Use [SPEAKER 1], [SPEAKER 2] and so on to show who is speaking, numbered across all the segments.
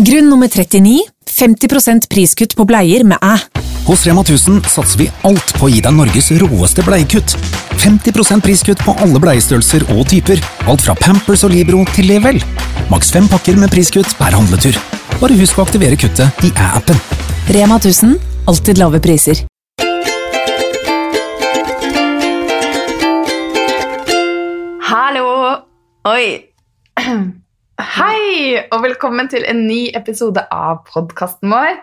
[SPEAKER 1] Grunn nummer 39 50 priskutt på bleier med æ.
[SPEAKER 2] Hos Rema 1000 satser vi alt på å gi deg Norges råeste bleiekutt. 50 priskutt på alle bleiestørrelser og typer. Alt fra Pampers og Libro til Level. Maks fem pakker med priskutt per handletur. Bare husk å aktivere kuttet i æ-appen.
[SPEAKER 1] Rema 1000 alltid lave priser.
[SPEAKER 3] Hallo! Oi! Hei, og velkommen til en ny episode av podkasten vår.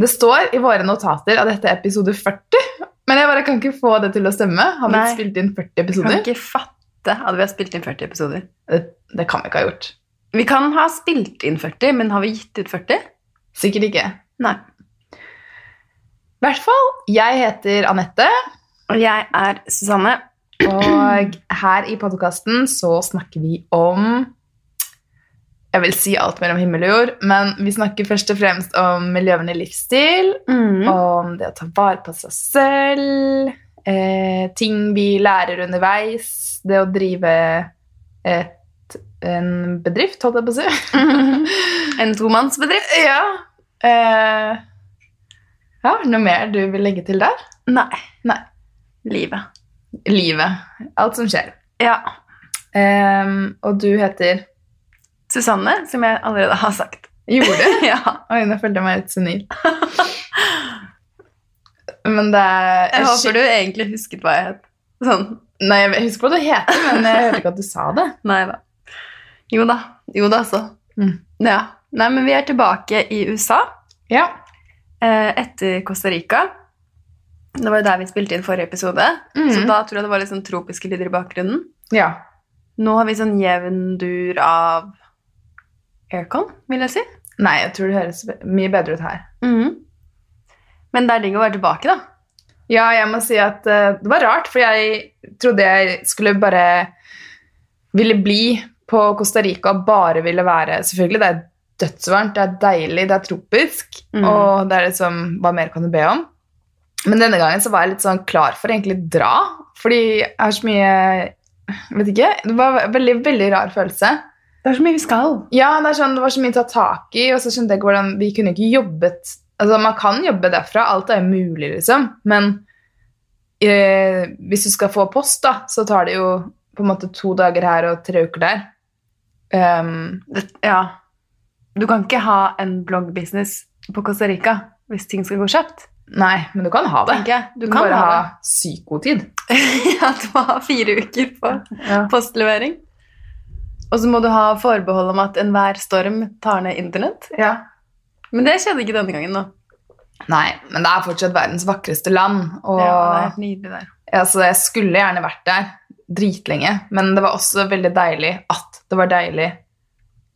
[SPEAKER 3] Det står i våre notater at dette er episode 40, men jeg bare kan ikke få det til å stemme. Har vi
[SPEAKER 4] Nei.
[SPEAKER 3] spilt inn 40
[SPEAKER 4] Jeg kan
[SPEAKER 3] episoder?
[SPEAKER 4] ikke fatte at vi har spilt inn 40 episoder.
[SPEAKER 3] Det, det kan vi ikke ha gjort.
[SPEAKER 4] Vi kan ha spilt inn 40, men har vi gitt ut 40?
[SPEAKER 3] Sikkert ikke.
[SPEAKER 4] Nei.
[SPEAKER 3] I hvert fall, jeg heter Anette,
[SPEAKER 4] Og jeg er Susanne.
[SPEAKER 3] og her i podkasten så snakker vi om jeg vil si alt mellom himmel og jord, men vi snakker først og fremst om miljøvennlig livsstil,
[SPEAKER 4] Og
[SPEAKER 3] om det å ta vare på seg selv, eh, ting vi lærer underveis, det å drive et, en bedrift, holdt jeg på å si.
[SPEAKER 4] En tomannsbedrift?
[SPEAKER 3] ja. Eh, ja, noe mer du vil legge til der?
[SPEAKER 4] Nei.
[SPEAKER 3] Nei.
[SPEAKER 4] Livet.
[SPEAKER 3] Livet. Alt som skjer.
[SPEAKER 4] Ja.
[SPEAKER 3] Eh, og du heter
[SPEAKER 4] Susanne, som jeg allerede har sagt.
[SPEAKER 3] Gjorde?
[SPEAKER 4] ja.
[SPEAKER 3] Oi, nå følte jeg meg litt senil. Men det er
[SPEAKER 4] Jeg håper du egentlig husket hva jeg het. Sånn.
[SPEAKER 3] Nei, jeg husker hva du heter, men jeg hørte ikke at du sa det.
[SPEAKER 4] Nei da. Jo da. Jo da, så.
[SPEAKER 3] Mm.
[SPEAKER 4] Ja. Nei, men vi er tilbake i USA.
[SPEAKER 3] Ja.
[SPEAKER 4] eh, etter Costa Rica. Det var jo der vi spilte inn forrige episode.
[SPEAKER 3] Mm.
[SPEAKER 4] Så da tror jeg det var litt sånn tropiske lyder i bakgrunnen.
[SPEAKER 3] ja.
[SPEAKER 4] Nå har vi sånn jevn dur av aircon, vil jeg si.
[SPEAKER 3] Nei, jeg tror det høres mye bedre ut her.
[SPEAKER 4] Mm. Men det er digg å være tilbake, da.
[SPEAKER 3] Ja, jeg må si at eh, det var rart, for jeg trodde jeg skulle bare ville bli på Costa Rica og bare ville være Selvfølgelig, det er dødsvarmt, det er deilig, det er tropisk,
[SPEAKER 4] Mm.
[SPEAKER 3] og det er liksom Hva mer kan du be om? Men denne gangen så var jeg litt sånn klar for å egentlig dra, fordi jeg har så mye jeg Vet ikke. Det var en veldig, veldig rar følelse.
[SPEAKER 4] Det er så mye vi skal.
[SPEAKER 3] Ja, det, er sånn, det var så mye å ta tak i, og så skjønte jeg ikke hvordan Vi kunne ikke jobbet Altså, man kan jobbe derfra, alt er jo mulig, liksom, men eh, hvis du skal få post, da, så tar det jo på en måte to dager her og tre uker der. Ehm,
[SPEAKER 4] Det, ja. Du kan ikke ha en bloggbusiness på Costa Rica hvis ting skal gå kjapt.
[SPEAKER 3] nei, men du kan ha det.
[SPEAKER 4] tenker jeg. Du
[SPEAKER 3] Du
[SPEAKER 4] kan
[SPEAKER 3] bare
[SPEAKER 4] ha
[SPEAKER 3] ha sykt god tid.
[SPEAKER 4] det. ja, du må ha fire uker på
[SPEAKER 3] Ja.
[SPEAKER 4] postlevering. Og så må du ha forbehold om at enhver storm tar ned internett. Men det skjedde ikke denne gangen, da.
[SPEAKER 3] Nei, men det er fortsatt verdens vakreste land, og
[SPEAKER 4] Ja, det er helt nydelig der.
[SPEAKER 3] altså, jeg skulle gjerne vært der dritlenge, men det var også veldig deilig at det var deilig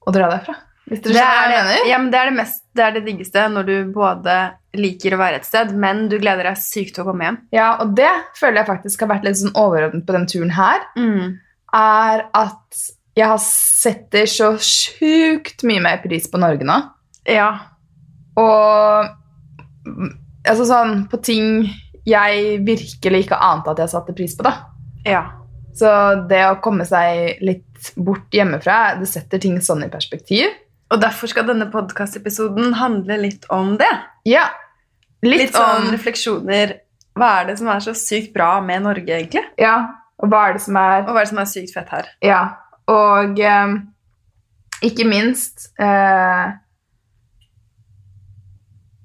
[SPEAKER 3] å dra derfra. Hvis dere
[SPEAKER 4] Det
[SPEAKER 3] skjønner hva
[SPEAKER 4] er,
[SPEAKER 3] jeg mener?
[SPEAKER 4] ja, men det er det mest Det er det diggeste når du både liker å være et sted, men du gleder deg sykt til å komme hjem.
[SPEAKER 3] Ja, og det føler jeg faktisk har vært litt sånn overordnet på den turen her,
[SPEAKER 4] Mm.
[SPEAKER 3] er at jeg har setter så sjukt mye mer pris på Norge nå.
[SPEAKER 4] Ja.
[SPEAKER 3] Og mm, altså sånn på ting jeg virkelig ikke ante at jeg satte pris på, da.
[SPEAKER 4] Ja.
[SPEAKER 3] Så det å komme seg litt bort hjemmefra, det setter ting sånn i perspektiv.
[SPEAKER 4] Og derfor skal denne podkastepisoden handle litt om det.
[SPEAKER 3] Ja, litt,
[SPEAKER 4] Litt, sånn
[SPEAKER 3] om
[SPEAKER 4] refleksjoner. Hva er det som er så sykt bra med Norge, egentlig?
[SPEAKER 3] Ja, og hva er det som er
[SPEAKER 4] Og hva er det som er sykt fett her?
[SPEAKER 3] Ja, og eh, ikke minst eh,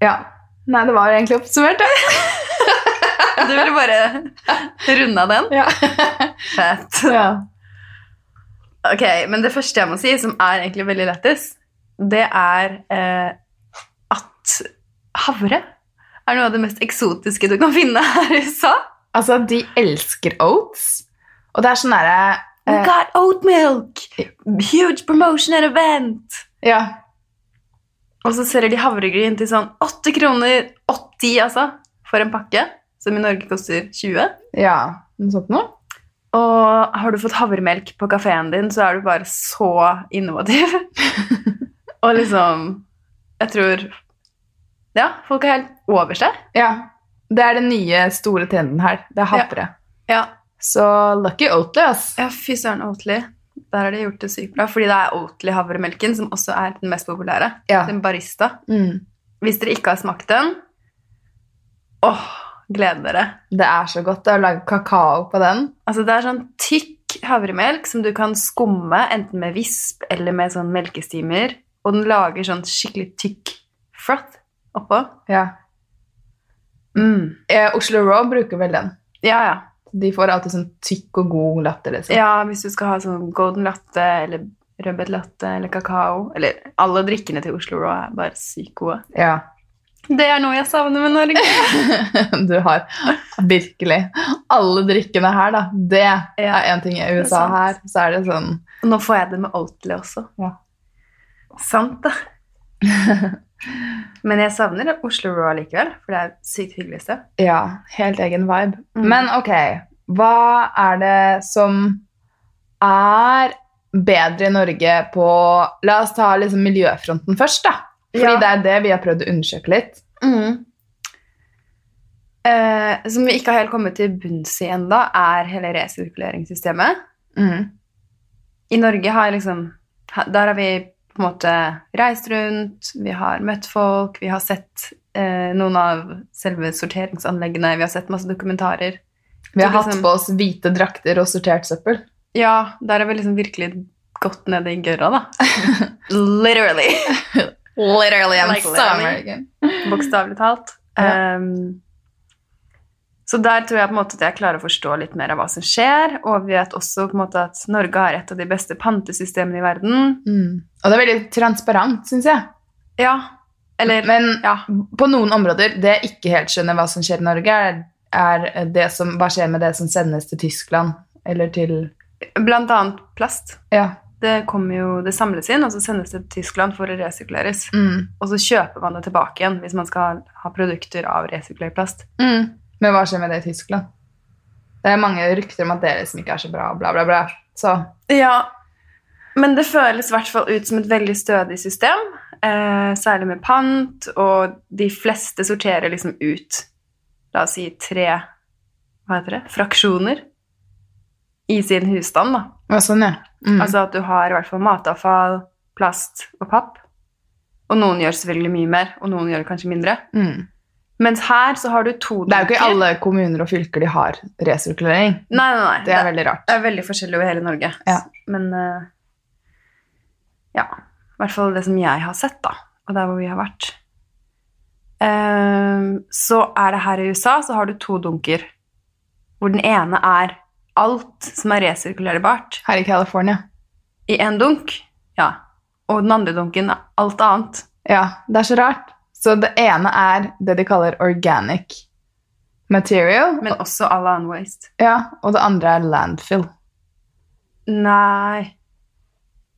[SPEAKER 3] Ja. Nei, det var egentlig oppsummert, det.
[SPEAKER 4] Du ville bare runde av den?
[SPEAKER 3] Ja.
[SPEAKER 4] Fett. Ok, men det første jeg må si, som er egentlig veldig lettis, det er eh, at havre er noe av det mest eksotiske du kan finne her i USA.
[SPEAKER 3] Altså, de elsker oats, og det er sånn derre
[SPEAKER 4] We
[SPEAKER 3] Eh.
[SPEAKER 4] got oat milk! Huge promotion and event!
[SPEAKER 3] Ja.
[SPEAKER 4] Og så selger de havregryn til sånn 8 kroner, 80 altså, for en pakke, som i Norge koster 20.
[SPEAKER 3] ja. Noe sånt noe?
[SPEAKER 4] Og har du fått havremelk på kafeen din, så er du bare så innovativ. og liksom Jeg tror Ja, folk er helt over seg.
[SPEAKER 3] Ja. Det er den nye store trenden her. Det er havre.
[SPEAKER 4] Ja.
[SPEAKER 3] Så lucky Oatly, ass.
[SPEAKER 4] Ja, fy søren, Oatly. Der har de gjort det sykt bra, fordi det er Oatly havremelken som også er den mest populære.
[SPEAKER 3] Ja.
[SPEAKER 4] Den barista.
[SPEAKER 3] Mm.
[SPEAKER 4] Hvis dere ikke har smakt den, åh, gled dere.
[SPEAKER 3] Det er så godt det er å lage kakao på den.
[SPEAKER 4] Altså, det er sånn tykk havremelk som du kan skumme enten med visp eller med sånn melkestimer, og den lager sånn skikkelig tykk froth oppå.
[SPEAKER 3] Ja.
[SPEAKER 4] Mm.
[SPEAKER 3] Eh, Oslo Raw bruker vel den.
[SPEAKER 4] Ja, ja.
[SPEAKER 3] De får alltid sånn tykk og god latter. Liksom.
[SPEAKER 4] Ja, hvis du skal ha sånn golden latte eller rødbet latte eller kakao Eller alle drikkene til Oslo Raw er bare sykt gode.
[SPEAKER 3] Ja.
[SPEAKER 4] Det er noe jeg savner med Norge.
[SPEAKER 3] Du har virkelig alle drikkene her, da. Det
[SPEAKER 4] Ja,
[SPEAKER 3] er én ting i
[SPEAKER 4] er
[SPEAKER 3] USA
[SPEAKER 4] sant.
[SPEAKER 3] her, så er det sånn
[SPEAKER 4] Og nå får jeg det med Oatly også.
[SPEAKER 3] Ja.
[SPEAKER 4] Sant, da. Men jeg savner Oslo Raw likevel, for det er et sykt hyggelig sted.
[SPEAKER 3] Ja, helt egen vibe.
[SPEAKER 4] Mm.
[SPEAKER 3] Men ok, hva er det som er bedre i Norge på La oss ta liksom miljøfronten først, da. Fordi
[SPEAKER 4] Ja. Mm.
[SPEAKER 3] det er det vi har prøvd å undersøke litt.
[SPEAKER 4] Eh, som vi ikke har helt kommet til bunns i enda, er hele resirkuleringssystemet.
[SPEAKER 3] Mm.
[SPEAKER 4] I Norge har jeg liksom Der har vi på en måte reist rundt, vi har møtt folk, vi har sett eh, noen av selve sorteringsanleggene, vi har sett masse dokumentarer.
[SPEAKER 3] Vi har
[SPEAKER 4] Så
[SPEAKER 3] hatt
[SPEAKER 4] liksom-
[SPEAKER 3] på oss hvite drakter og sortert søppel.
[SPEAKER 4] Ja, der har vi liksom virkelig gått ned i gørra, da. Literally.
[SPEAKER 3] Literally,
[SPEAKER 4] I'm so American. Bokstavelig talt.
[SPEAKER 3] Ja.
[SPEAKER 4] Ehm, så der tror jeg på en måte at jeg klarer å forstå litt mer av hva som skjer. Og vi vet også på en måte at Norge har et av de beste pantesystemene i verden.
[SPEAKER 3] Mm. Og det er veldig transparent, syns jeg.
[SPEAKER 4] Ja. Eller
[SPEAKER 3] Men
[SPEAKER 4] ja.
[SPEAKER 3] på noen områder, det jeg ikke helt skjønner hva som skjer i Norge, er, er det som, hva skjer med det som sendes til Tyskland, eller til
[SPEAKER 4] Blant annet plast.
[SPEAKER 3] Ja.
[SPEAKER 4] Det, kommer jo, det samles inn, og så sendes det til Tyskland for å resirkuleres.
[SPEAKER 3] Mm.
[SPEAKER 4] Og så kjøper man det tilbake igjen hvis man skal ha produkter av resirkulert plast.
[SPEAKER 3] mm. Men hva skjer med det i Tyskland? Det er mange rykter om at det liksom ikke er så bra, bla, bla, bla. Så
[SPEAKER 4] Ja, men det føles i hvert fall ut som et veldig stødig system. Eh, særlig med pant, og de fleste sorterer liksom ut La oss si tre hva heter det, fraksjoner i sin husstand. da.
[SPEAKER 3] ja, sånn, ja. Mm.
[SPEAKER 4] Altså at du har i hvert fall matavfall, plast og papp. Og noen gjør selvfølgelig mye mer, og noen gjør kanskje mindre.
[SPEAKER 3] mm.
[SPEAKER 4] Mens her så har du to
[SPEAKER 3] Det er jo ikke i
[SPEAKER 4] dunker.
[SPEAKER 3] alle kommuner og fylker de har resirkulering.
[SPEAKER 4] Nei, nei, nei.
[SPEAKER 3] Det er veldig rart.
[SPEAKER 4] Det er veldig forskjellig over hele Norge.
[SPEAKER 3] Ja.
[SPEAKER 4] Men eh, ja, i hvert fall det som jeg har sett, da, og der hvor vi har vært. Ehm, så er det her i USA, så har du to dunker. Hvor den ene er alt som er resirkulerbart,
[SPEAKER 3] Her i California.
[SPEAKER 4] i én dunk. Ja. Og den andre dunken er alt annet.
[SPEAKER 3] Ja, det er så rart. Så det ene er det de kaller organic material,
[SPEAKER 4] Men også all annen waste.
[SPEAKER 3] ja, og det andre er landfill.
[SPEAKER 4] Nei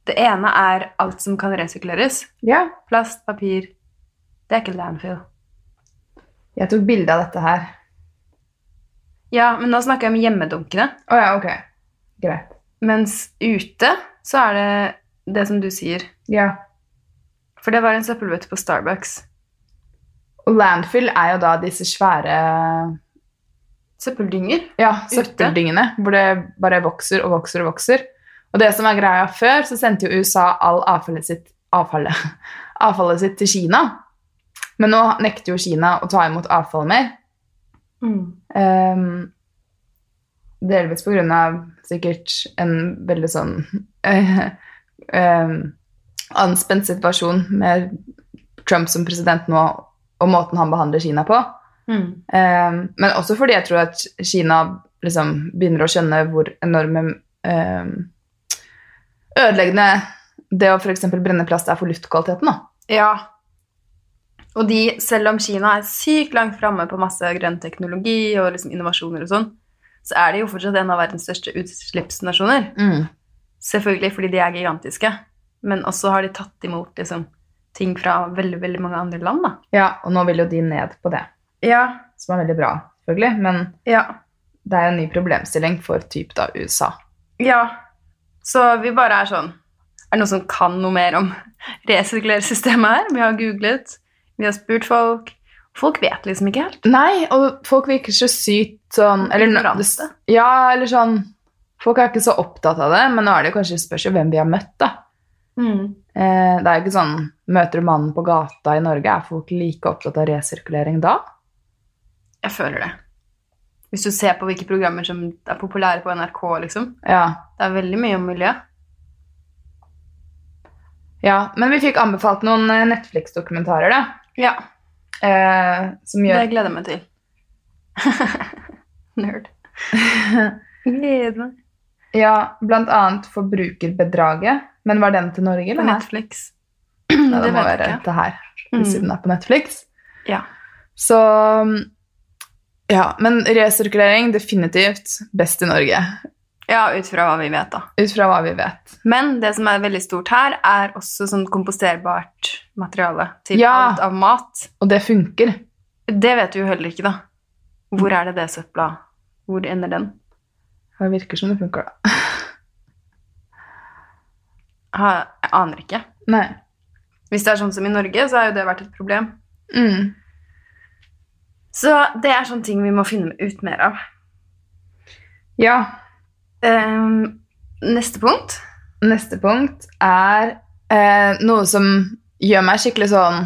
[SPEAKER 4] Det ene er alt som kan resirkuleres.
[SPEAKER 3] Ja.
[SPEAKER 4] Plast, papir. Det er ikke landfill.
[SPEAKER 3] Jeg tok bilde av dette her.
[SPEAKER 4] Ja, men nå snakker jeg om hjemmedunkene.
[SPEAKER 3] Å ja, ok. Greit.
[SPEAKER 4] Mens ute så er det det som du sier.
[SPEAKER 3] Ja.
[SPEAKER 4] For det var en søppelbøtte på Starbucks.
[SPEAKER 3] Og landfill er jo da disse svære
[SPEAKER 4] Søppeldynger?
[SPEAKER 3] Ja,
[SPEAKER 4] Ute.
[SPEAKER 3] søppeldyngene, hvor det bare vokser og vokser og vokser. Og det som er greia før, så sendte jo USA all avfallet sitt, avfallet, avfallet sitt til Kina. Men nå nekter jo Kina å ta imot avfall mer.
[SPEAKER 4] Mm.
[SPEAKER 3] Um, delvis på grunn av sikkert en veldig sånn eh, em, anspent situasjon med Trump som president nå, og måten han behandler Kina på.
[SPEAKER 4] Mm.
[SPEAKER 3] Um, men også fordi jeg tror at Kina liksom begynner å skjønne hvor enorme um, ødeleggende det å f.eks. brenne plast er for luftkvaliteten. Da.
[SPEAKER 4] Ja. Og de, selv om Kina er sykt langt framme på masse grønn teknologi og liksom innovasjoner og sånn, så er de jo fortsatt en av verdens største utslippsnasjoner. Selvfølgelig fordi de er gigantiske, men også har de tatt imot liksom, ting fra veldig, veldig mange andre land, da.
[SPEAKER 3] Ja, og nå vil jo de ned på det,
[SPEAKER 4] Ja.
[SPEAKER 3] som er veldig bra, selvfølgelig. Men
[SPEAKER 4] ja.
[SPEAKER 3] det er jo en ny problemstilling for typ da USA.
[SPEAKER 4] Ja. Så vi bare er sånn Er det noen som kan noe mer om resirkuleringssystemet her? Vi har googlet, vi har spurt folk. Folk vet liksom ikke helt.
[SPEAKER 3] Nei, og folk virker så sykt sånn eller,
[SPEAKER 4] Ignorante.
[SPEAKER 3] Ja, eller sånn Folk er ikke så opptatt av det, men nå er det jo kanskje spørs jo hvem vi har møtt, da.
[SPEAKER 4] Mm.
[SPEAKER 3] Eh, det er jo ikke sånn Møter du mannen på gata i Norge, er folk like opptatt av resirkulering da?
[SPEAKER 4] Jeg føler det. Hvis du ser på hvilke programmer som er populære på NRK, liksom.
[SPEAKER 3] Ja.
[SPEAKER 4] Det er veldig mye om miljø.
[SPEAKER 3] ja. Men vi fikk anbefalt noen eh, Netflix-dokumentarer, da.
[SPEAKER 4] Ja,
[SPEAKER 3] Eh, som
[SPEAKER 4] det
[SPEAKER 3] gjør
[SPEAKER 4] gleder jeg meg til. Nerd. Gleder meg.
[SPEAKER 3] Ja, blant annet forbrukerbedraget. Men var den til Norge,
[SPEAKER 4] På
[SPEAKER 3] eller?
[SPEAKER 4] Netflix.
[SPEAKER 3] Nei, det
[SPEAKER 4] det
[SPEAKER 3] må
[SPEAKER 4] vet jeg
[SPEAKER 3] være
[SPEAKER 4] ikke.
[SPEAKER 3] det her,
[SPEAKER 4] Mm.
[SPEAKER 3] siden det er på Netflix.
[SPEAKER 4] Ja.
[SPEAKER 3] Så Ja, men resirkulering definitivt best i Norge.
[SPEAKER 4] Ja, ut fra hva vi vet, da.
[SPEAKER 3] Ut fra hva vi vet.
[SPEAKER 4] Men det som er veldig stort her, er også sånn komposterbart materiale til
[SPEAKER 3] Ja.
[SPEAKER 4] alt av mat.
[SPEAKER 3] Og det funker.
[SPEAKER 4] Det vet vi jo heller ikke, da. Hvor er det det søpla? Hvor ender den?
[SPEAKER 3] Det virker som det funker, da.
[SPEAKER 4] Ha, jeg aner ikke.
[SPEAKER 3] Nei.
[SPEAKER 4] Hvis det er sånn som i Norge, så har jo det vært et problem.
[SPEAKER 3] Mm.
[SPEAKER 4] Så det er sånne ting vi må finne ut mer av.
[SPEAKER 3] Ja.
[SPEAKER 4] Ehm, neste punkt.
[SPEAKER 3] Neste punkt er eh, noe som gjør meg skikkelig sånn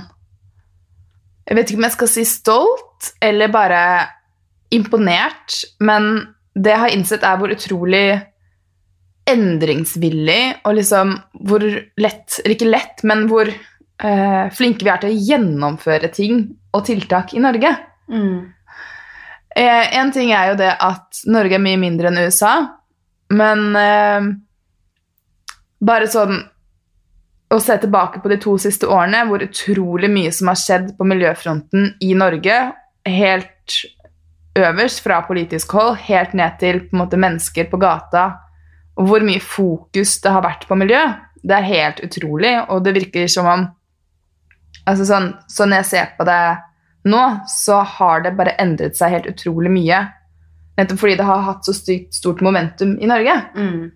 [SPEAKER 3] Jeg vet ikke om jeg skal si stolt eller bare imponert, men det jeg har innsett, er hvor utrolig endringsvillig og liksom hvor lett Eller ikke lett, men hvor eh, flinke vi er til å gjennomføre ting og tiltak i Norge.
[SPEAKER 4] Mm.
[SPEAKER 3] Eh, en ting er jo det at Norge er mye mindre enn USA, men eh, bare sånn å se tilbake på de to siste årene, hvor utrolig mye som har skjedd på miljøfronten i Norge, helt øverst fra politisk hold, helt ned til på en måte, mennesker på gata, og hvor mye fokus det har vært på miljø, det er helt utrolig, og det virker som om altså sånn, så når jeg ser på det nå, så har det bare endret seg helt utrolig mye, nettopp fordi det har hatt så stygt stort momentum i Norge. Og,
[SPEAKER 4] Mm.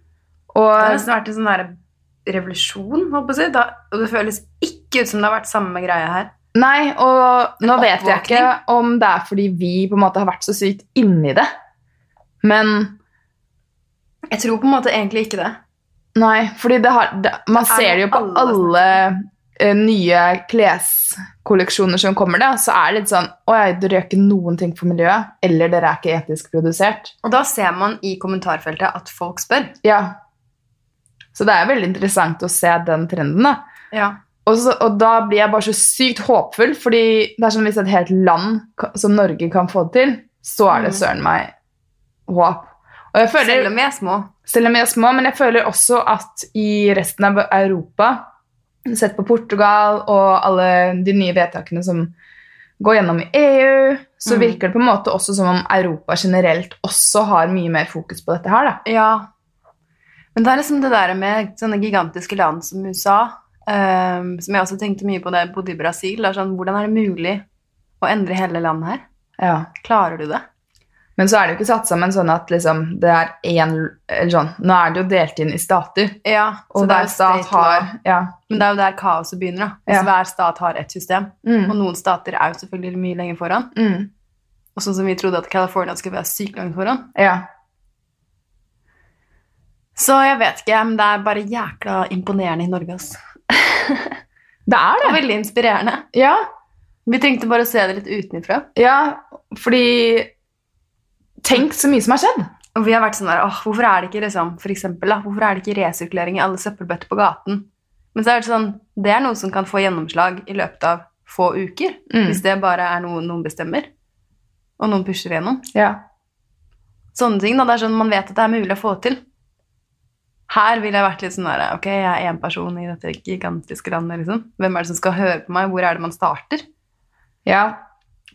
[SPEAKER 4] Det har nesten vært en sånn der revolusjon, holdt på å si. Da, og det føles ikke ut som det har vært samme greie her.
[SPEAKER 3] Nei, og nå
[SPEAKER 4] En
[SPEAKER 3] vet jeg ikke om det er fordi vi på en måte har vært så sykt inni det. Men
[SPEAKER 4] Jeg tror på en måte egentlig ikke det.
[SPEAKER 3] nei, fordi det har det, Man
[SPEAKER 4] Det er
[SPEAKER 3] ser det jo på
[SPEAKER 4] alle
[SPEAKER 3] alle eh, nye kleskolleksjoner som kommer, da, så er det litt sånn Å ja, dere gjør ikke noen ting for miljøet. Eller dere er ikke etisk produsert.
[SPEAKER 4] Og da ser man i kommentarfeltet at folk spør.
[SPEAKER 3] Ja. Så det er veldig interessant å se den trenden, da.
[SPEAKER 4] Ja.
[SPEAKER 3] Og, så, og da blir jeg bare så sykt håpfull, fordi det er sånn hvis et helt land ka- som Norge kan få det til, så er det
[SPEAKER 4] Mm.
[SPEAKER 3] søren meg håp. Og jeg føler,
[SPEAKER 4] Selv om vi er små.
[SPEAKER 3] selv om vi er små, men jeg føler også at i resten av Europa, sett på Portugal og alle de nye vedtakene som går gjennom i EU, så
[SPEAKER 4] Mm.
[SPEAKER 3] virker det på en måte også som om Europa generelt også har mye mer fokus på dette her, da.
[SPEAKER 4] Ja. Men det er liksom det der med sånne gigantiske land som USA, ehm, som jeg også tenkte mye på da jeg bodde i Brasil, det er sånn, hvordan er det mulig å endre hele landet her?
[SPEAKER 3] Ja.
[SPEAKER 4] Klarer du det?
[SPEAKER 3] Men så er det jo ikke satt sammen sånn at liksom, det er én eller sånn, Nå er det jo delt inn i stater.
[SPEAKER 4] Ja, så
[SPEAKER 3] Og
[SPEAKER 4] det er
[SPEAKER 3] hver
[SPEAKER 4] jo
[SPEAKER 3] stat
[SPEAKER 4] state law.
[SPEAKER 3] har ja.
[SPEAKER 4] Men det er jo der kaoset begynner, da. Hvis
[SPEAKER 3] Ja.
[SPEAKER 4] hver stat har ett system. Og
[SPEAKER 3] mm.
[SPEAKER 4] noen stater er jo selvfølgelig mye lenger foran.
[SPEAKER 3] Mm.
[SPEAKER 4] Og sånn som vi trodde at California skulle være sykt langt foran.
[SPEAKER 3] ja.
[SPEAKER 4] Så jeg vet ikke, men det er bare jækla imponerende i Norge, altså.
[SPEAKER 3] Det er
[SPEAKER 4] Det
[SPEAKER 3] det.
[SPEAKER 4] er veldig inspirerende.
[SPEAKER 3] Ja,
[SPEAKER 4] Vi trengte bare å se det litt utenfra.
[SPEAKER 3] ja. fordi Tenk så mye som har skjedd.
[SPEAKER 4] Og vi har vært sånn der, åh, hvorfor er det ikke liksom, for eksempel da, hvorfor er det ikke resirkulering i alle søppelbøtter på gaten? Men så er det sånn, det er noe som kan få gjennomslag i løpet av få uker,
[SPEAKER 3] Mm.
[SPEAKER 4] hvis det bare er noe noen bestemmer, og noen pusher igjennom.
[SPEAKER 3] Ja.
[SPEAKER 4] Sånne ting da, det er sånn man vet at det er mulig å få til. Her ville jeg vært litt sånn der, ok, jeg er en person i dette gigantiske landet, liksom. Hvem er det som skal høre på meg? Hvor er det man starter?
[SPEAKER 3] ja.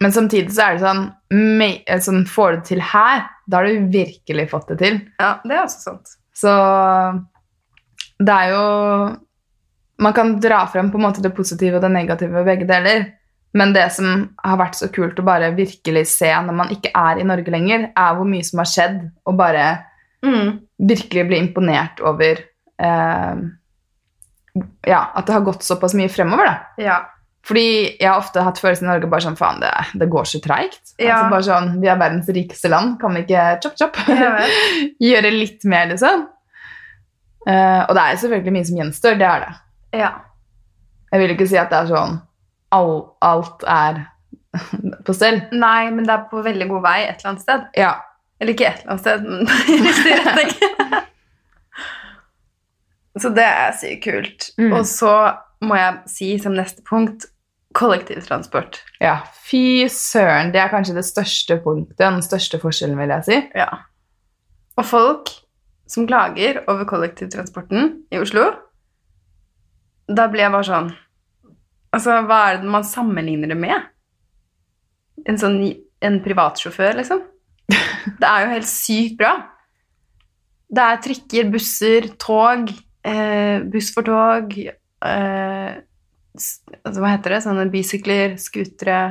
[SPEAKER 3] Men samtidig så er det sånn, me- eh, sånn Får du det til her, da har du virkelig fått det til.
[SPEAKER 4] Ja, det er altså, også sant.
[SPEAKER 3] Så det er jo Man kan dra frem på en måte det positive og det negative, begge deler. Men det som har vært så kult å bare virkelig se når man ikke er i Norge lenger, er hvor mye som har skjedd, og bare
[SPEAKER 4] Mm.
[SPEAKER 3] virkelig bli imponert over eh, ja, at det har gått såpass mye fremover. Da.
[SPEAKER 4] Ja.
[SPEAKER 3] Fordi jeg har ofte hatt følelsen i Norge bare sånn, faen, det, det går så treigt.
[SPEAKER 4] Ja.
[SPEAKER 3] Altså bare sånn, vi er verdens rikeste land, kan vi ikke chop, chop?
[SPEAKER 4] Jeg vet.
[SPEAKER 3] Gjøre litt mer, liksom? Eh, og det er selvfølgelig mye som gjenstår, det er det.
[SPEAKER 4] Ja.
[SPEAKER 3] Jeg vil ikke si at det er sånn, all, alt er på stell.
[SPEAKER 4] Nei, men det er på veldig god vei et eller annet sted.
[SPEAKER 3] Ja,
[SPEAKER 4] Eller ikke et eller annet sted, men i riktig retning. så det er sykt kult.
[SPEAKER 3] Mm.
[SPEAKER 4] Og så må jeg si som neste punkt kollektivtransport.
[SPEAKER 3] ja. Fy søren, det er kanskje det største punktet, den største forskjellen, vil jeg si.
[SPEAKER 4] Ja. Og folk som klager over kollektivtransporten i Oslo, da blir jeg bare sånn Altså, hva er det man sammenligner det med? En sånn en privatsjåfør, liksom? Det er jo helt sykt bra. Det er trikker, busser, tog, eh, buss for tog eh, s- altså, Hva heter det? Sånne bysykler, skutere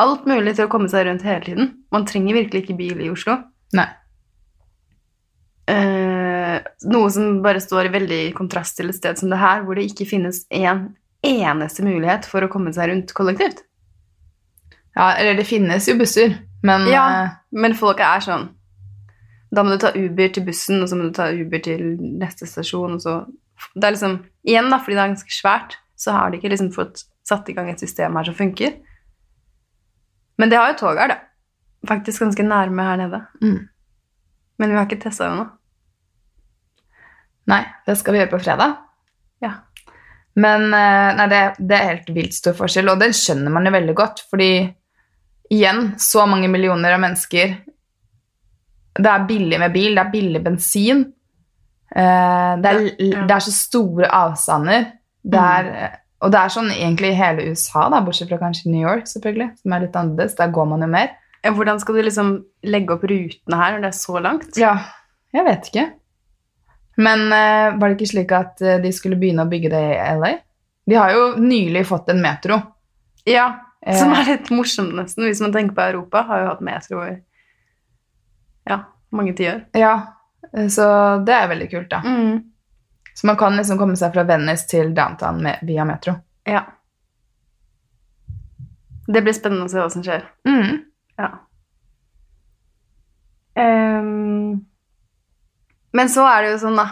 [SPEAKER 4] Alt mulig til å komme seg rundt hele tiden. Man trenger virkelig ikke bil i Oslo.
[SPEAKER 3] Nei.
[SPEAKER 4] Eh, noe som bare står i veldig kontrast til et sted som det her, hvor det ikke finnes en eneste mulighet for å komme seg rundt kollektivt.
[SPEAKER 3] Ja, eller det finnes jo busser, men
[SPEAKER 4] Ja.
[SPEAKER 3] eh,
[SPEAKER 4] Men folket er sånn Da må du ta Uber til bussen, og så må du ta Uber til neste stasjon, og så Det er liksom Igjen, da, fordi det er ganske svært, så har de ikke liksom fått satt i gang et system her som funker. Men det har jo toget her, da. Faktisk ganske nærme her nede.
[SPEAKER 3] Mm.
[SPEAKER 4] Men vi har ikke testa det ennå.
[SPEAKER 3] Nei, det skal vi gjøre på fredag.
[SPEAKER 4] Ja.
[SPEAKER 3] Men eh, nei, det, det er helt vilt stor forskjell, og den skjønner man jo veldig godt, fordi igjen, så mange millioner av mennesker Det er billig med bil, det er billig bensin. eh, det, er,
[SPEAKER 4] Ja, Mm. ja.
[SPEAKER 3] det er så store avstander. Det er, Og det er sånn egentlig i hele USA, da, bortsett fra kanskje New York, selvfølgelig, som er litt annerledes. Der går man jo mer.
[SPEAKER 4] Ja, Hvordan skal du liksom legge opp rutene her når det er så langt?
[SPEAKER 3] Ja, jeg vet ikke. Men eh, var det ikke slik at eh, de skulle begynne å bygge det i LA? De har jo nylig fått en metro.
[SPEAKER 4] Ja,
[SPEAKER 3] Eh,
[SPEAKER 4] Som er litt morsomt, nesten, hvis man tenker på Europa. Har jo hatt metro i ja, mange tiår.
[SPEAKER 3] Ja, eh, så det er veldig kult,
[SPEAKER 4] Mm.
[SPEAKER 3] da. Så man kan liksom komme seg fra Venice til downtown med, via metro.
[SPEAKER 4] Ja. Det blir spennende å se hva som skjer.
[SPEAKER 3] Mm.
[SPEAKER 4] Ja. Ehm, men så er det jo sånn, da.